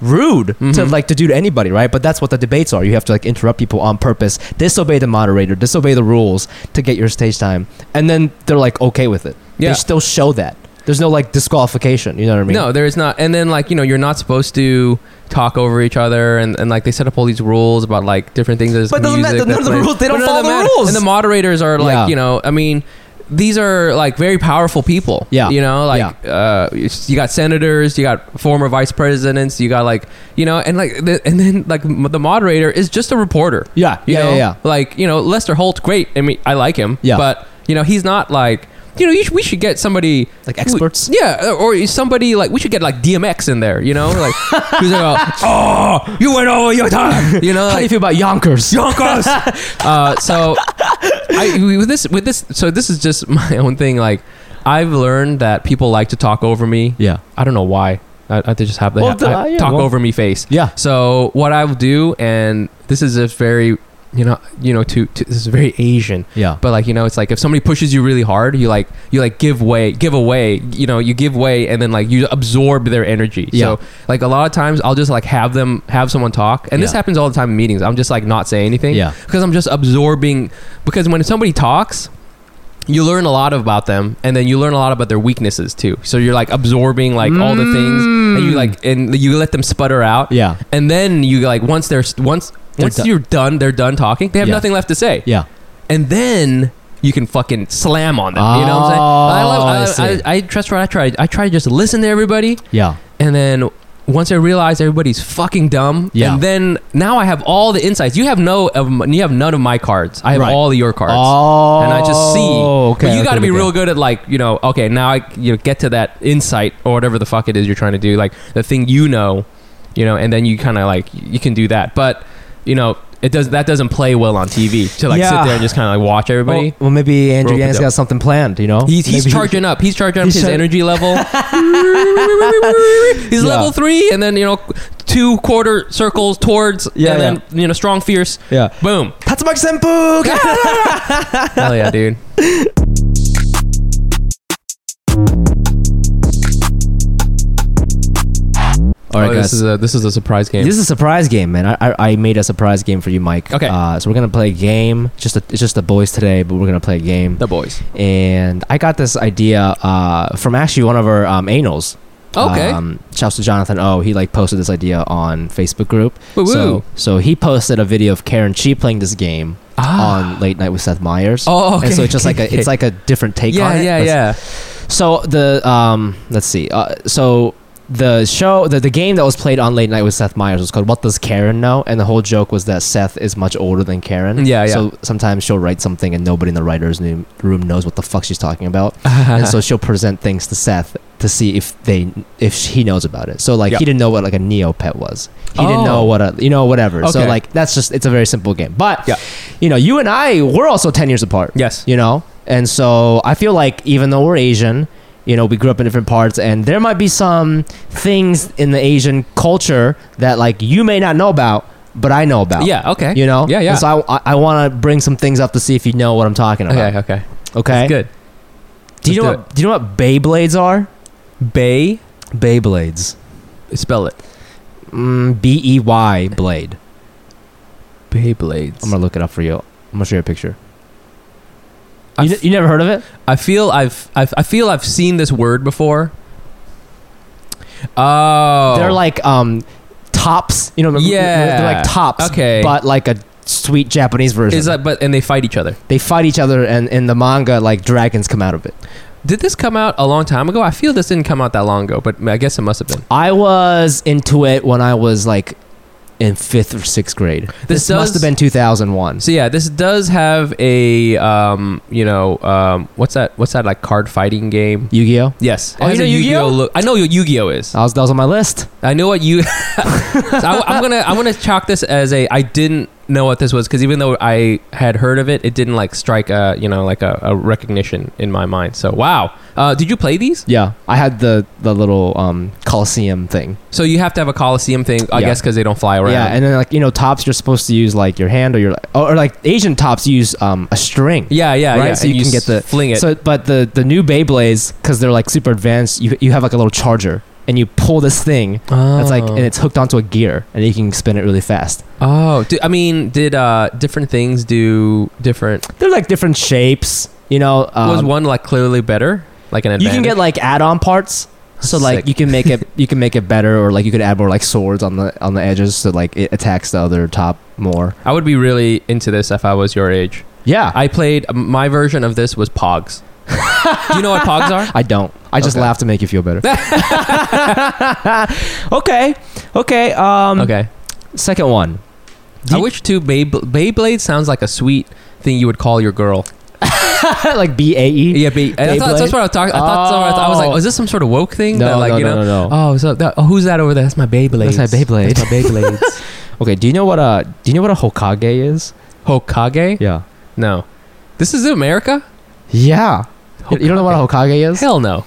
A: rude to
B: Mhm.
A: like to do to anybody, right? But that's what the debates are. You have to like interrupt people on purpose, disobey the moderator, disobey the rules to get your stage time, and then they're like okay with it.
B: Yeah.
A: They still show that. There's no like disqualification. You know what I mean?
B: No, there is not. And then like you know, you're not supposed to talk over each other, and, and like they set up all these rules about like different things. There's
A: But doesn't
B: music
A: that- none of the
B: plays-
A: rules- they
B: But
A: don't
B: none of
A: follow
B: them
A: the
B: matter.
A: rules.
B: And the moderators are like
A: Yeah.
B: you know, I mean. These are like very powerful people.
A: Yeah.
B: You know, like uh, you got senators, you got former vice presidents, you got like, you know, and like, the, and then like m- the moderator is just a reporter.
A: Yeah.
B: You
A: Yeah,
B: know?
A: yeah, yeah.
B: Like, you know, Lester Holt, great. I mean, I like him.
A: Yeah.
B: But, you know, he's not like, you know, you sh- we should get somebody
A: Like experts?
B: yeah, or is somebody like we should get like DMX in there, you know? Like who's like, oh, you went over your time, you know?
A: How do you
B: Like,
A: feel about Yonkers?
B: Yonkers. uh, so I with this with this so this is just my own thing. Like I've learned that people like to talk over me.
A: yeah.
B: I don't know why. I, I just have the
A: Well, the-
B: I-
A: yeah,
B: talk
A: well-
B: over me face.
A: Yeah.
B: So what I will do, and this is a very you know, you know, to, to this is very Asian.
A: Yeah.
B: But like you know, it's like if somebody pushes you really hard, you like you like give way, give away. You know, you give way, and then like you absorb their energy.
A: Yeah.
B: So like a lot of times, I'll just like have them have someone talk, and this
A: Yeah.
B: happens all the time in meetings. I'm just like not saying anything.
A: Yeah.
B: Because I'm just absorbing. Because when somebody talks. You learn a lot about them, and then you learn a lot about their weaknesses too. So you're like absorbing like all the things, and you like and you let them sputter out,
A: Yeah.
B: and then you like once they're once
A: They're
B: once
A: done.
B: you're done, they're done talking. They have
A: Yeah.
B: nothing left to say,
A: Yeah.
B: and then you can fucking slam on them. you know what I'm saying? I,
A: Oh, I
B: love, I, I,
A: see.
B: I, trust what I try. I try to just listen to everybody,
A: Yeah.
B: and then once I realize everybody's fucking dumb,
A: Yeah.
B: and then now I have all the insights. You have no, of m- you have none of my cards. I have
A: Right.
B: all of your cards.
A: Oh.
B: And I just see.
A: Okay.
B: but you got to
A: okay,
B: be
A: okay.
B: real good at like you know. Okay, now I you know, get to that insight or whatever the fuck it is you're trying to do, like the thing you know, you know, and then you kind of like you can do that. But you know, it does that doesn't play well on TV to like
A: Yeah.
B: sit there and just kind of like watch everybody.
A: Well, well, maybe Andrew
B: Rope it
A: Yang's
B: up.
A: got something planned. You know,
B: He's, he's
A: Maybe-
B: charging up. He's charging up
A: He's
B: his
A: char-
B: energy level. he's
A: Yeah.
B: level three, and then you know, two quarter circles towards,
A: Yeah,
B: and then you know, strong, fierce.
A: Yeah.
B: Boom.
A: Tatsumaki Senpu.
B: Hell yeah, dude.
A: All right,
B: Oh,
A: guys.
B: This is a this is a surprise game.
A: This is a surprise game, man. I, I, I made a surprise game for you, Mike.
B: Okay.
A: Uh, so we're gonna play a game. Just a, it's just the boys today, but we're gonna play a game.
B: the boys.
A: And I got this idea uh, from actually one of our um, anals.
B: Okay.
A: Um, shouts to Jonathan O. He like posted this idea on Facebook group.
B: Woo-woo.
A: So so he posted a video of Karen Chi playing this game on Late Night with Seth Meyers.
B: Ah. Oh, okay.
A: And so it's just like a
B: okay.
A: it's like a different take on
B: yeah,
A: it.
B: yeah,
A: Let's-
B: yeah.
A: so the um, let's see. Uh, so the show, the, the game that was played on Late Night with Seth Meyers was called "What Does Karen Know?" and the whole joke was that Seth is much older than Karen.
B: Yeah, yeah.
A: So sometimes she'll write something and nobody in the writers' room room knows what the fuck she's talking about,
B: Uh-huh.
A: and so she'll present things to Seth to see if they if he knows about it. So like
B: Yeah.
A: he didn't know what like a Neopet was. He didn't know
B: Oh.
A: what a you know whatever. So
B: Okay.
A: like that's just it's a very simple game. But
B: Yeah.
A: you know, you and I we're also ten years apart
B: yes.
A: you know and so i feel like even though we're asian you know we grew up in different parts and there might be some things in the asian culture that like you may not know about but i know about
B: Yeah. Okay.
A: you know
B: Yeah, yeah.
A: And so i, want to bring some things up to see if you know what i'm talking about
B: Okay. Okay.
A: okay,
B: That's good.
A: do you know
B: Let's do
A: what do you know what beyblades are
B: Bay.
A: beyblades
B: Spell it.
A: mm,
B: E
A: b-e-y blade
B: Beyblades.
A: i'm gonna look it up for you i'm gonna show you a picture
B: I
A: you, ne- you never heard of it
B: I feel I've, I've I feel I've seen this word before. Oh,
A: they're like um tops you know remember-
B: Yeah.
A: they're like tops
B: okay.
A: but like a sweet Japanese version.
B: is that but and they fight each other.
A: they fight each other, and in the manga, like dragons come out of it.
B: Did this come out a long time ago? I feel this didn't come out that long ago, but I guess it must have been.
A: I was into it when I was like in fifth or sixth grade. This,
B: This
A: must
B: does-
A: have been 2001.
B: So yeah, this does have a um, you know, um, what's that? What's that like card fighting game?
A: Yu-Gi-Oh.
B: Yes,
A: Oh, you
B: It has
A: know
B: a
A: Yu-Gi-Oh?
B: look. I know what Yu-Gi-Oh is.
A: That was, that was on my list.
B: I know what you. So I, I'm gonna I'm gonna chalk this as a I didn't know what this was because even though I had heard of it, it didn't like strike a you know like a, a recognition in my mind. So wow, uh, did you play these?
A: Yeah, I had the the little um Coliseum thing.
B: So you have to have a Coliseum thing, I
A: Yeah.
B: guess, because they don't fly around.
A: Yeah, and then like you know tops, you're supposed to use like your hand or your or, or like Asian tops use um a string.
B: yeah, yeah,
A: Right,
B: yeah.
A: so
B: and
A: you can get the-
B: fling it.
A: So, but the the new Beyblades, because they're like super advanced, you you have like a little charger, and you pull this thing,
B: oh.
A: It's like and it's hooked onto a gear, and you can spin it really fast.
B: oh, do, I mean, did uh different things do different?
A: They're like different shapes, you know. Um,
B: was one like clearly better? Like an
A: you
B: advantage?
A: can get like add-on parts, so like
B: Sick.
A: you can make it you can make it better, or like you could add more like swords on the on the edges, so like it attacks the other top more.
B: I would be really into this if I was your age.
A: Yeah, I,
B: I played my version of this was Pogs. Do you know what Pogs are?
A: don't. I just
B: Okay.
A: laugh to make you feel better. okay, okay. Um,
B: Okay.
A: Second one.
B: I wish too. Beyb- Beyblade sounds like a sweet thing you would call your girl.
A: like B A E.
B: Yeah, Bey- I thought,
A: Beyblade?
B: that's what I was talking. I thought so- I thought- I was
A: Oh.
B: like, is this some sort of woke thing?
A: No,
B: that like
A: no,
B: you
A: no,
B: know.
A: no, no.
B: Oh, so that, oh, who's that over there? That's my Beyblade.
A: That's my Beyblade.
B: That's my Beyblades.
A: Okay. Do you know what a Do you know what a Hokage is?
B: Hokage?
A: Yeah.
B: No. This is America?
A: Yeah. You- You don't know what a Hokage is?
B: Hell no.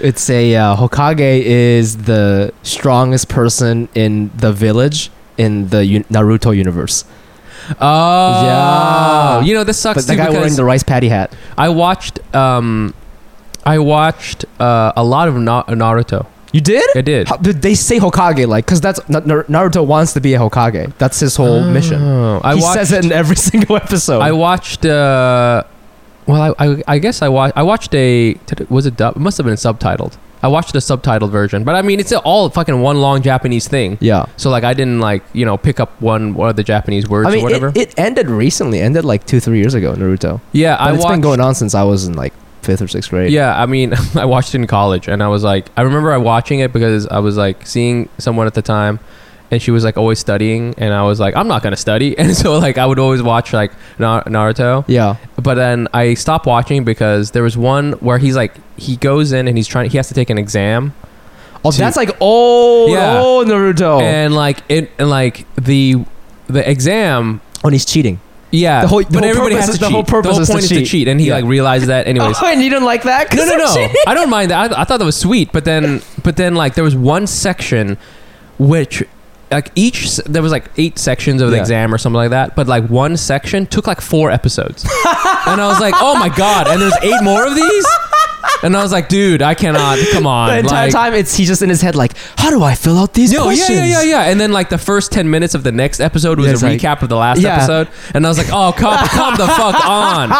A: It's a uh, Hokage is the strongest person in the village in the un- Naruto universe.
B: Oh,
A: Yeah.
B: You know this sucks
A: But the
B: too
A: guy wearing
B: because
A: the rice patty hat.
B: I watched um, I watched uh, a lot of Na- Naruto.
A: You did?
B: I did.
A: How, did they say Hokage like? Because that's Na- Na- Naruto wants to be a Hokage. That's his whole mission.
B: Oh, I
A: Ah. he
B: watched.
A: says it in every single episode.
B: I watched. Uh, well, I, I, I guess I watched. I watched a. did it- Was it dub? It must have been subtitled. I watched the subtitled version, but I mean, it's all fucking one long Japanese thing.
A: yeah.
B: So like, I didn't like you know pick up one one of the Japanese words
A: I
B: or
A: mean,
B: whatever.
A: it, it ended recently. Ended like two, three years ago. Naruto.
B: yeah,
A: But
B: I
A: it's
B: watched.
A: been going on since I was in like fifth or sixth grade.
B: Yeah, I mean, I watched it in college, and I was like, I remember I watching it because I was like seeing someone at the time, and she was like always studying, and I was like, I'm not gonna study, and so like I would always watch like Na- Naruto,
A: Yeah.
B: but then I stopped watching because there was one where he's like he goes in and he's trying, he has to take an exam,
A: Oh,
B: To-
A: that's like old,
B: Yeah.
A: old Naruto.
B: and like it, and like the the exam.
A: when Oh, he's cheating.
B: Yeah,
A: The whole- the
B: but
A: whole
B: everybody
A: purpose
B: has
A: is-
B: to
A: the
B: cheat.
A: whole purpose is to
B: point is to
A: cheat.
B: cheat, and he
A: Yeah.
B: like realized that. Anyways,
A: Oh, and you don't like that? 'Cause
B: No, no,
A: they're
B: no.
A: cheating.
B: I don't mind that. I, I thought that was sweet, but then, but then, like there was one section, which, like each s- there was like eight sections of the
A: Yeah.
B: exam or something like that. But like one section took like four episodes, and I was like, oh my god! And there's eight more of these, and I was like, dude, I cannot. Come on,
A: The entire
B: like,
A: time, it's he's just in his head like, how do I fill out these
B: Yo, yeah,
A: questions?
B: yeah, yeah, yeah. And then like the first ten minutes of the next episode was
A: Yeah, it's
B: a
A: like-
B: recap of the last
A: Yeah.
B: episode, and I was like, "Oh, come, come the fuck on!"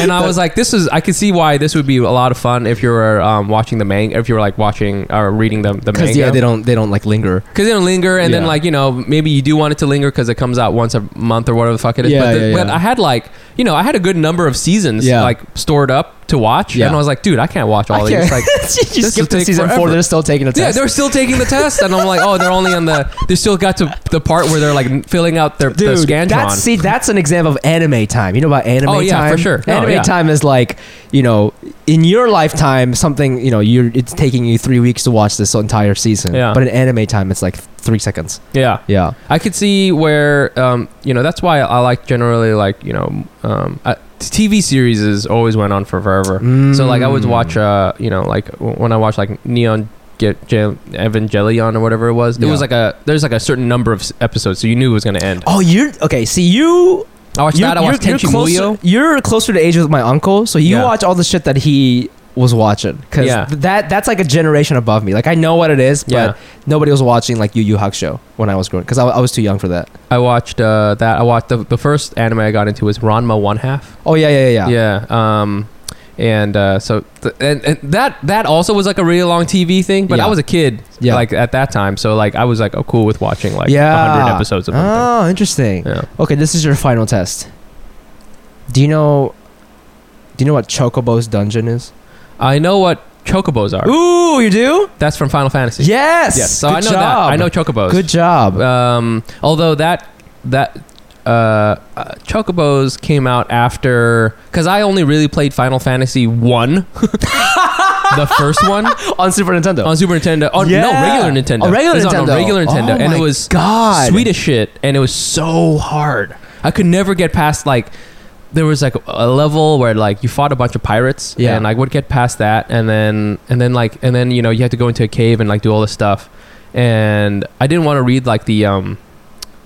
B: And I was like, "This is." I could see why this would be a lot of fun if you were um, watching the manga, if you were like watching or reading the the manga.
A: Because yeah, they don't they don't like linger.
B: Because it'll linger, and then
A: Yeah.
B: like you know, maybe you do want it to linger because it comes out once a month or whatever the fuck it is.
A: Yeah,
B: but,
A: yeah,
B: but
A: yeah.
B: I had like you know, I had a good number of seasons
A: Yeah.
B: like stored up to watch,
A: Yeah.
B: and I was like, dude, I can't watch all
A: I
B: these.
A: can't.
B: Like,
A: you
B: will
A: skipped to
B: take
A: season four.
B: forever.
A: They're still taking a
B: yeah,
A: test.
B: they're still taking the test, and I'm like, oh, they're only on the. They still got to the part where they're like filling out their the scantron.
A: that's see, that's an example of anime time. You know about anime
B: Oh, yeah,
A: time?
B: for sure. No,
A: Anime
B: yeah.
A: time is like, you know, in your lifetime, something you know, you're it's taking you three weeks to watch this entire season.
B: Yeah.
A: But in anime time, it's like three seconds.
B: yeah,
A: Yeah.
B: I could see where um, you know that's why I like generally like you know um, uh, TV series is always went on for forever. So like I would
A: Mm.
B: watch uh you know like w- when I watched like Neon Get Jam- Evangelion or whatever it was, there
A: Yeah.
B: was like a there's like a certain number of s- episodes, so you knew it was gonna end.
A: Oh, you're okay. See, you
B: I watched
A: you're,
B: that. I watched
A: you're,
B: Tenchi
A: you're closer,
B: Muyo.
A: you're closer to age with my uncle, so you
B: Yeah.
A: watch all the shit that he was watching because
B: Yeah.
A: that that's like a generation above me. Like I know what it is, but
B: Yeah.
A: nobody was watching like Yu Yu Hakusho when I was growing because I, I was too young for that.
B: I watched uh, that. I watched the, the first anime I got into was Ranma One Half.
A: Oh yeah, yeah, yeah, yeah.
B: Yeah. Um, and uh, so th- and, and that that also was like a really long TV thing, but
A: Yeah.
B: I was a kid,
A: Yeah.
B: like at that time. So like I was like oh, cool with watching like
A: Yeah.
B: hundred episodes of something.
A: Oh, interesting.
B: yeah.
A: Okay, this is your final test. Do you know? Do you know what Chocobo's dungeon is?
B: I know what chocobos are.
A: Ooh, you do?
B: That's from Final Fantasy.
A: Yes.
B: Yes. So
A: Good
B: I know
A: job.
B: that. I know chocobos.
A: Good job.
B: Um, although that that uh, uh, Chocobos came out after because I only really played Final Fantasy one, the first one
A: on Super Nintendo.
B: on Super Nintendo. On Oh, no
A: Yeah.
B: regular Nintendo.
A: Oh, regular
B: It was On
A: Nintendo.
B: a regular Nintendo,
A: Oh
B: and
A: my
B: it was
A: God.
B: Swedish shit, and it was so hard. I could never get past like there was like a level where like you fought a bunch of pirates,
A: Yeah.
B: and I would get past that, and then and then like and then you know you had to go into a cave and like do all this stuff, and I didn't want to read like the um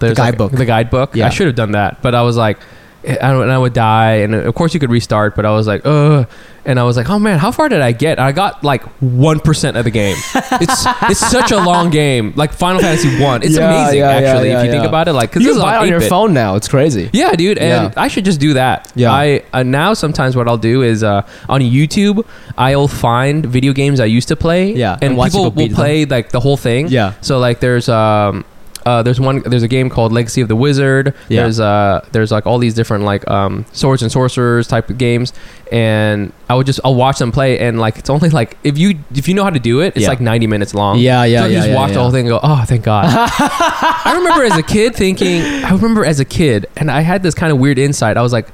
B: there's, like,
A: guidebook.
B: the guidebook.
A: Yeah.
B: I should have done that, but I was like. eh, I don't, and I would die, and uh, of course you could restart, but I was like, ugh, and I was like, oh man, how far did I get? I got like one percent of the game. It's it's such a long game, like Final Fantasy one. It's
A: Yeah,
B: amazing
A: yeah, yeah,
B: actually
A: yeah,
B: if you think
A: yeah.
B: about it, like because
A: you
B: this
A: can
B: is
A: buy it on your
B: 8-bit.
A: phone now. It's crazy.
B: Yeah, dude, and I should just do that.
A: Yeah.
B: I uh, now sometimes what I'll do is uh, on YouTube, I'll find video games I used to play.
A: Yeah,
B: and,
A: and watch
B: people,
A: people beat
B: will
A: them.
B: play like the whole thing.
A: Yeah.
B: So like, there's um, uh, there's one there's a game called Legacy of the Wizard.
A: Yeah.
B: There's uh, there's like all these different like um, swords and sorcerers type of games, and I would just I'll watch them play, and like it's only like if you if you know how to do it, it's
A: Yeah.
B: like 90 minutes long.
A: Yeah, yeah,
B: So you
A: yeah,
B: just
A: yeah,
B: watch the
A: yeah.
B: whole thing and go, oh, thank God. I remember as a kid thinking, I remember as a kid, and I had this kind of weird insight. I was like,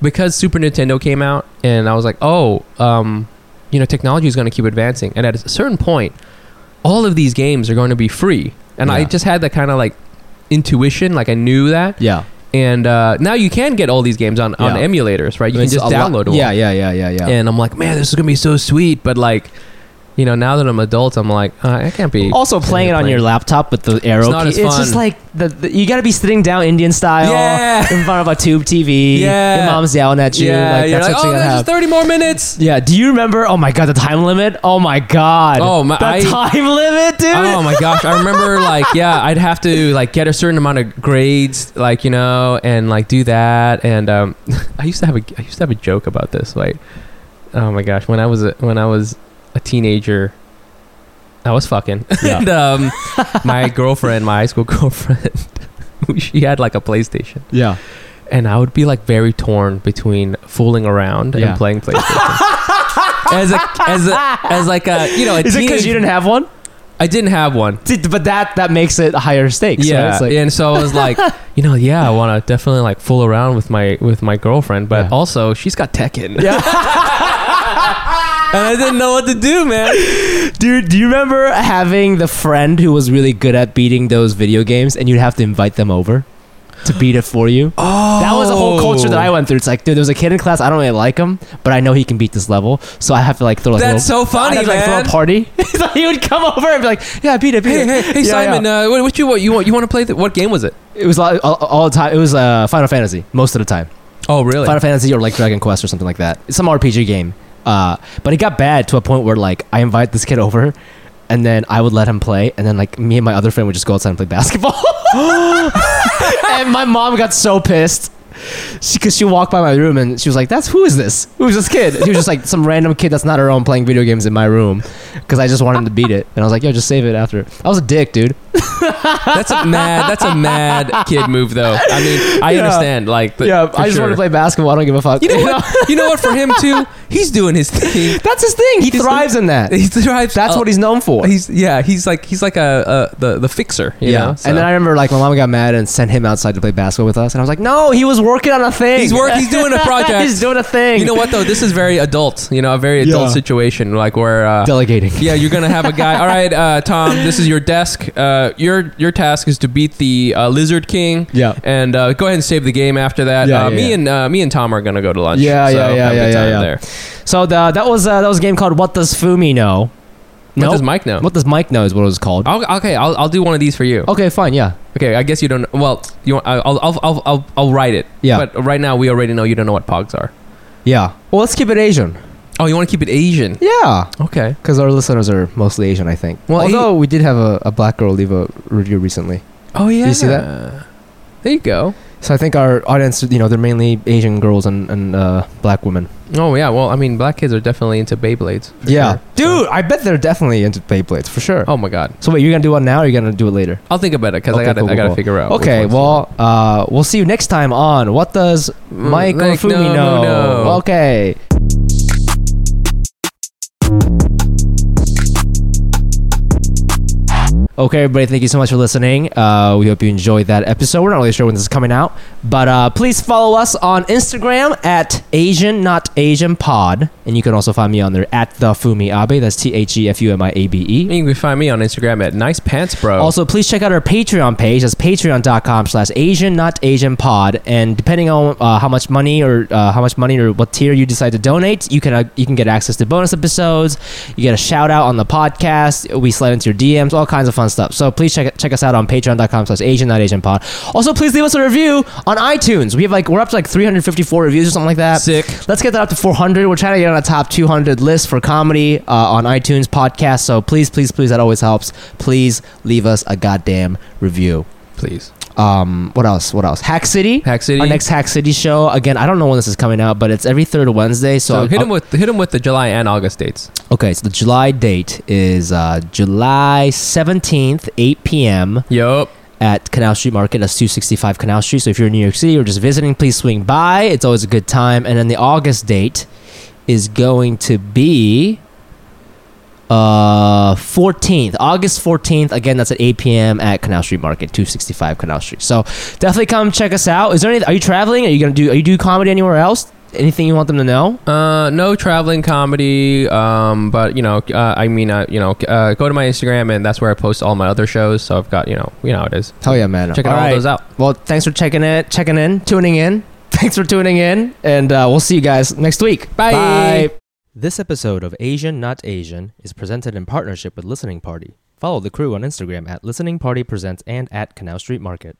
B: because Super Nintendo came out, and I was like, oh, um, you know, technology is going to keep advancing. And at a certain point, all of these games are going to be free. And I
A: Yeah.
B: just had that kind of like intuition, like I knew that.
A: Yeah.
B: And uh, now you can get all these games on, on
A: Yeah.
B: emulators, right? You can
A: It's
B: just
A: a lot-
B: download them.
A: Yeah, yeah, yeah, yeah, yeah.
B: And I'm like, man, this is going to be so sweet. But like, you know, now that I'm adult, I'm like, uh, I can't be.
A: Also,
B: sitting
A: playing it
B: here
A: on your
B: playing.
A: laptop with the arrow.
B: It's not
A: key-
B: as
A: it's just
B: fun.
A: like the, the- you got to be sitting down Indian style
B: Yeah.
A: in front of a tube TV.
B: Yeah.
A: Your mom's yelling at you.
B: Yeah,
A: like,
B: you're
A: that's
B: like,
A: what
B: oh,
A: you gotta
B: there's
A: have.
B: just 30 more minutes.
A: yeah. Do you remember? Oh my god, the time limit. Oh my god.
B: Oh, my-
A: The
B: I-
A: time limit, dude.
B: Oh my gosh! I remember, like, yeah, I'd have to like get a certain amount of grades, like you know, and like do that. And um, I used to have a I used to have a joke about this. Like, oh my gosh, when I was a, when I was a teenager, I was fucking,
A: Yeah.
B: and um, my girlfriend, my high school girlfriend, she had like a PlayStation,
A: yeah.
B: and I would be like very torn between fooling around
A: Yeah.
B: and playing PlayStation. as a as a as like a you know a
A: Is it because
B: teenage-
A: you didn't have one?
B: I didn't have one.
A: See, But that that makes it higher stakes. right?
B: Yeah,
A: It's like-
B: and so I was like, you know, yeah, I want to definitely like fool around with my with my girlfriend, but
A: Yeah.
B: also she's got Tekken.
A: Yeah.
B: and I didn't know what to do, man.
A: Dude, do you remember having the friend who was really good at beating those video games and you'd have to invite them over to beat it for you?
B: Oh,
A: That was a whole culture that I went through. It's like, dude, there was a kid in class, I don't really like him, but I know he can beat this level. So I have to like throw like a
B: That's
A: little-
B: so funny,
A: I'd have to, like,
B: man.
A: throw a party. so he would come over and be like, Yeah, I beat it, beat
B: Hey,
A: it.
B: hey, hey,
A: Yeah,
B: Simon! Uh, what, what you want? You want you want to play? The, what game was it?
A: yeah. It was all, all, all the time it was uh, Final Fantasy, most of the time.
B: Oh, really?
A: Final Fantasy or like Dragon Quest or something like that. Some RPG game. Uh, but it got bad to a point where like I invite this kid over and then I would let him play and then like me and my other friend would just go outside and play basketball. and my mom got so pissed. She, cause she walked by my room and she was like, "That's who is this? Who's this kid?" He was just like some random kid that's not her own playing video games in my room, cause I just wanted him to beat it. And I was like, "Yo, just save it after." I was a dick, dude.
B: That's a mad. That's a mad kid move, though. I mean, I
A: Yeah.
B: understand. Like, the,
A: yeah,
B: for
A: I just
B: sure.
A: wanted to play basketball. I don't give a fuck.
B: You know what? you know what? For him too, he's doing his thing.
A: that's his thing. He
B: He's-
A: thrives in that.
B: He thrives.
A: That's
B: uh,
A: what he's known for.
B: He's yeah. He's like he's like a, a the the fixer. You
A: yeah.
B: Know? So-
A: And then I remember like my mom got mad and sent him outside to play basketball with us, and I was like, no, he was working on a thing.
B: He's work- he's doing a project.
A: he's doing a thing.
B: You know what though? This is very adult. You know, a very adult
A: Yeah.
B: situation, like where. Uh,
A: Delegating.
B: yeah, you're gonna have a guy. All right, uh, Tom. This is your desk. Uh, your your task is to beat the uh, lizard king.
A: Yeah.
B: and uh, go ahead and save the game after that.
A: Yeah,
B: uh,
A: yeah,
B: me
A: yeah.
B: and uh, me and Tom are gonna go to lunch.
A: Yeah,
B: so
A: yeah, yeah,
B: have a
A: yeah,
B: good
A: yeah,
B: time
A: yeah.
B: There.
A: So the, that was uh, that was a game called What Does Fumi Know?
B: What
A: Nope.
B: does Mike know? Oh.
A: What does Mike know is what it was called.
B: I'll, okay, I'll, I'll do one of these for you.
A: Okay, fine, yeah.
B: Okay, I guess you don't. Well, you want, I'll, I'll I'll I'll I'll write it.
A: Yeah.
B: But right now we already know you don't know what pogs are.
A: Yeah. Well, let's keep it Asian.
B: Oh, you want to keep it Asian?
A: Yeah.
B: Okay.
A: Because our listeners are mostly Asian, I think.
B: Well,
A: Although we did have a, a black girl leave a review recently.
B: Oh yeah.
A: you see that?
B: There you go.
A: So I think our audience, you know, they're mainly Asian girls and, and uh, black women.
B: Oh yeah, well I mean black kids are definitely into Beyblades. for sure.
A: Dude, I bet they're definitely into Beyblades, for sure.
B: Oh my god.
A: So wait, you're gonna do one now, or you're gonna do it later?
B: I'll think about it because
A: Okay,
B: I gotta
A: cool,
B: I gotta
A: cool,
B: figure out. which
A: okay,
B: ones.
A: well, uh, we'll see you next time on What Does
B: Mm,
A: Mike or
B: like,
A: Fumi
B: no,
A: know?
B: no, no.
A: Okay. Okay, everybody, thank you so much for listening. Uh, we hope you enjoyed that episode. We're not really sure when this is coming out, but uh, please follow us on Instagram at Asian Not Asian Pod, and you can also find me on there at the Fumi Abe. That's T H E F U M I A B E.
B: you can find me on Instagram at nice pants bro.
A: Also, please check out our Patreon page. That's patreon.com slash Asian, not Asian pod. And depending on uh, how much money or uh, how much money or what tier you decide to donate, you can uh, you can get access to bonus episodes. You get a shout out on the podcast. We slide into your DMs, all kinds of fun stuff. So please check check us out on patreon.com slash Asian, not Asian pod. Also, please leave us a review on iTunes. We have like, we're up to like 354 reviews or something like that.
B: sick.
A: Let's get that up to 400. We're trying to get on a top 200 list for comedy uh, on iTunes podcast. So please, please, please, that always helps. Please leave us a goddamn review.
B: Please.
A: Um, what else? What else? Hack City.
B: Hack City.
A: Our next Hack City show. Again, I don't know when this is coming out, but it's every third Wednesday. So,
B: so hit
A: I'll-
B: him with hit him with the July and August dates.
A: okay, so the July date is uh, July 17th, 8 p.m.
B: Yup.
A: at Canal Street Market. That's 265 Canal Street. So if you're in New York City or just visiting, please swing by. It's always a good time. And then the August date is going to be uh 14th august 14th again that's at 8 p.m at canal street market 265 canal street so definitely come check us out is there any are you traveling are you gonna do are you do comedy anywhere else anything you want them to know
B: Uh, no traveling comedy. Um, but you know, uh, I mean, uh, you know, uh, go to my Instagram and that's where I post all my other shows. So I've got you know, you know how it is.
A: hell yeah man
B: Checking all, those out.
A: well thanks for checking it checking in tuning in thanks for tuning in and uh, we'll see you guys next week
B: Bye.
A: This episode of Asian Not Asian is presented in partnership with Listening Party. Follow the crew on Instagram at Listening Party Presents and at Canal Street Market.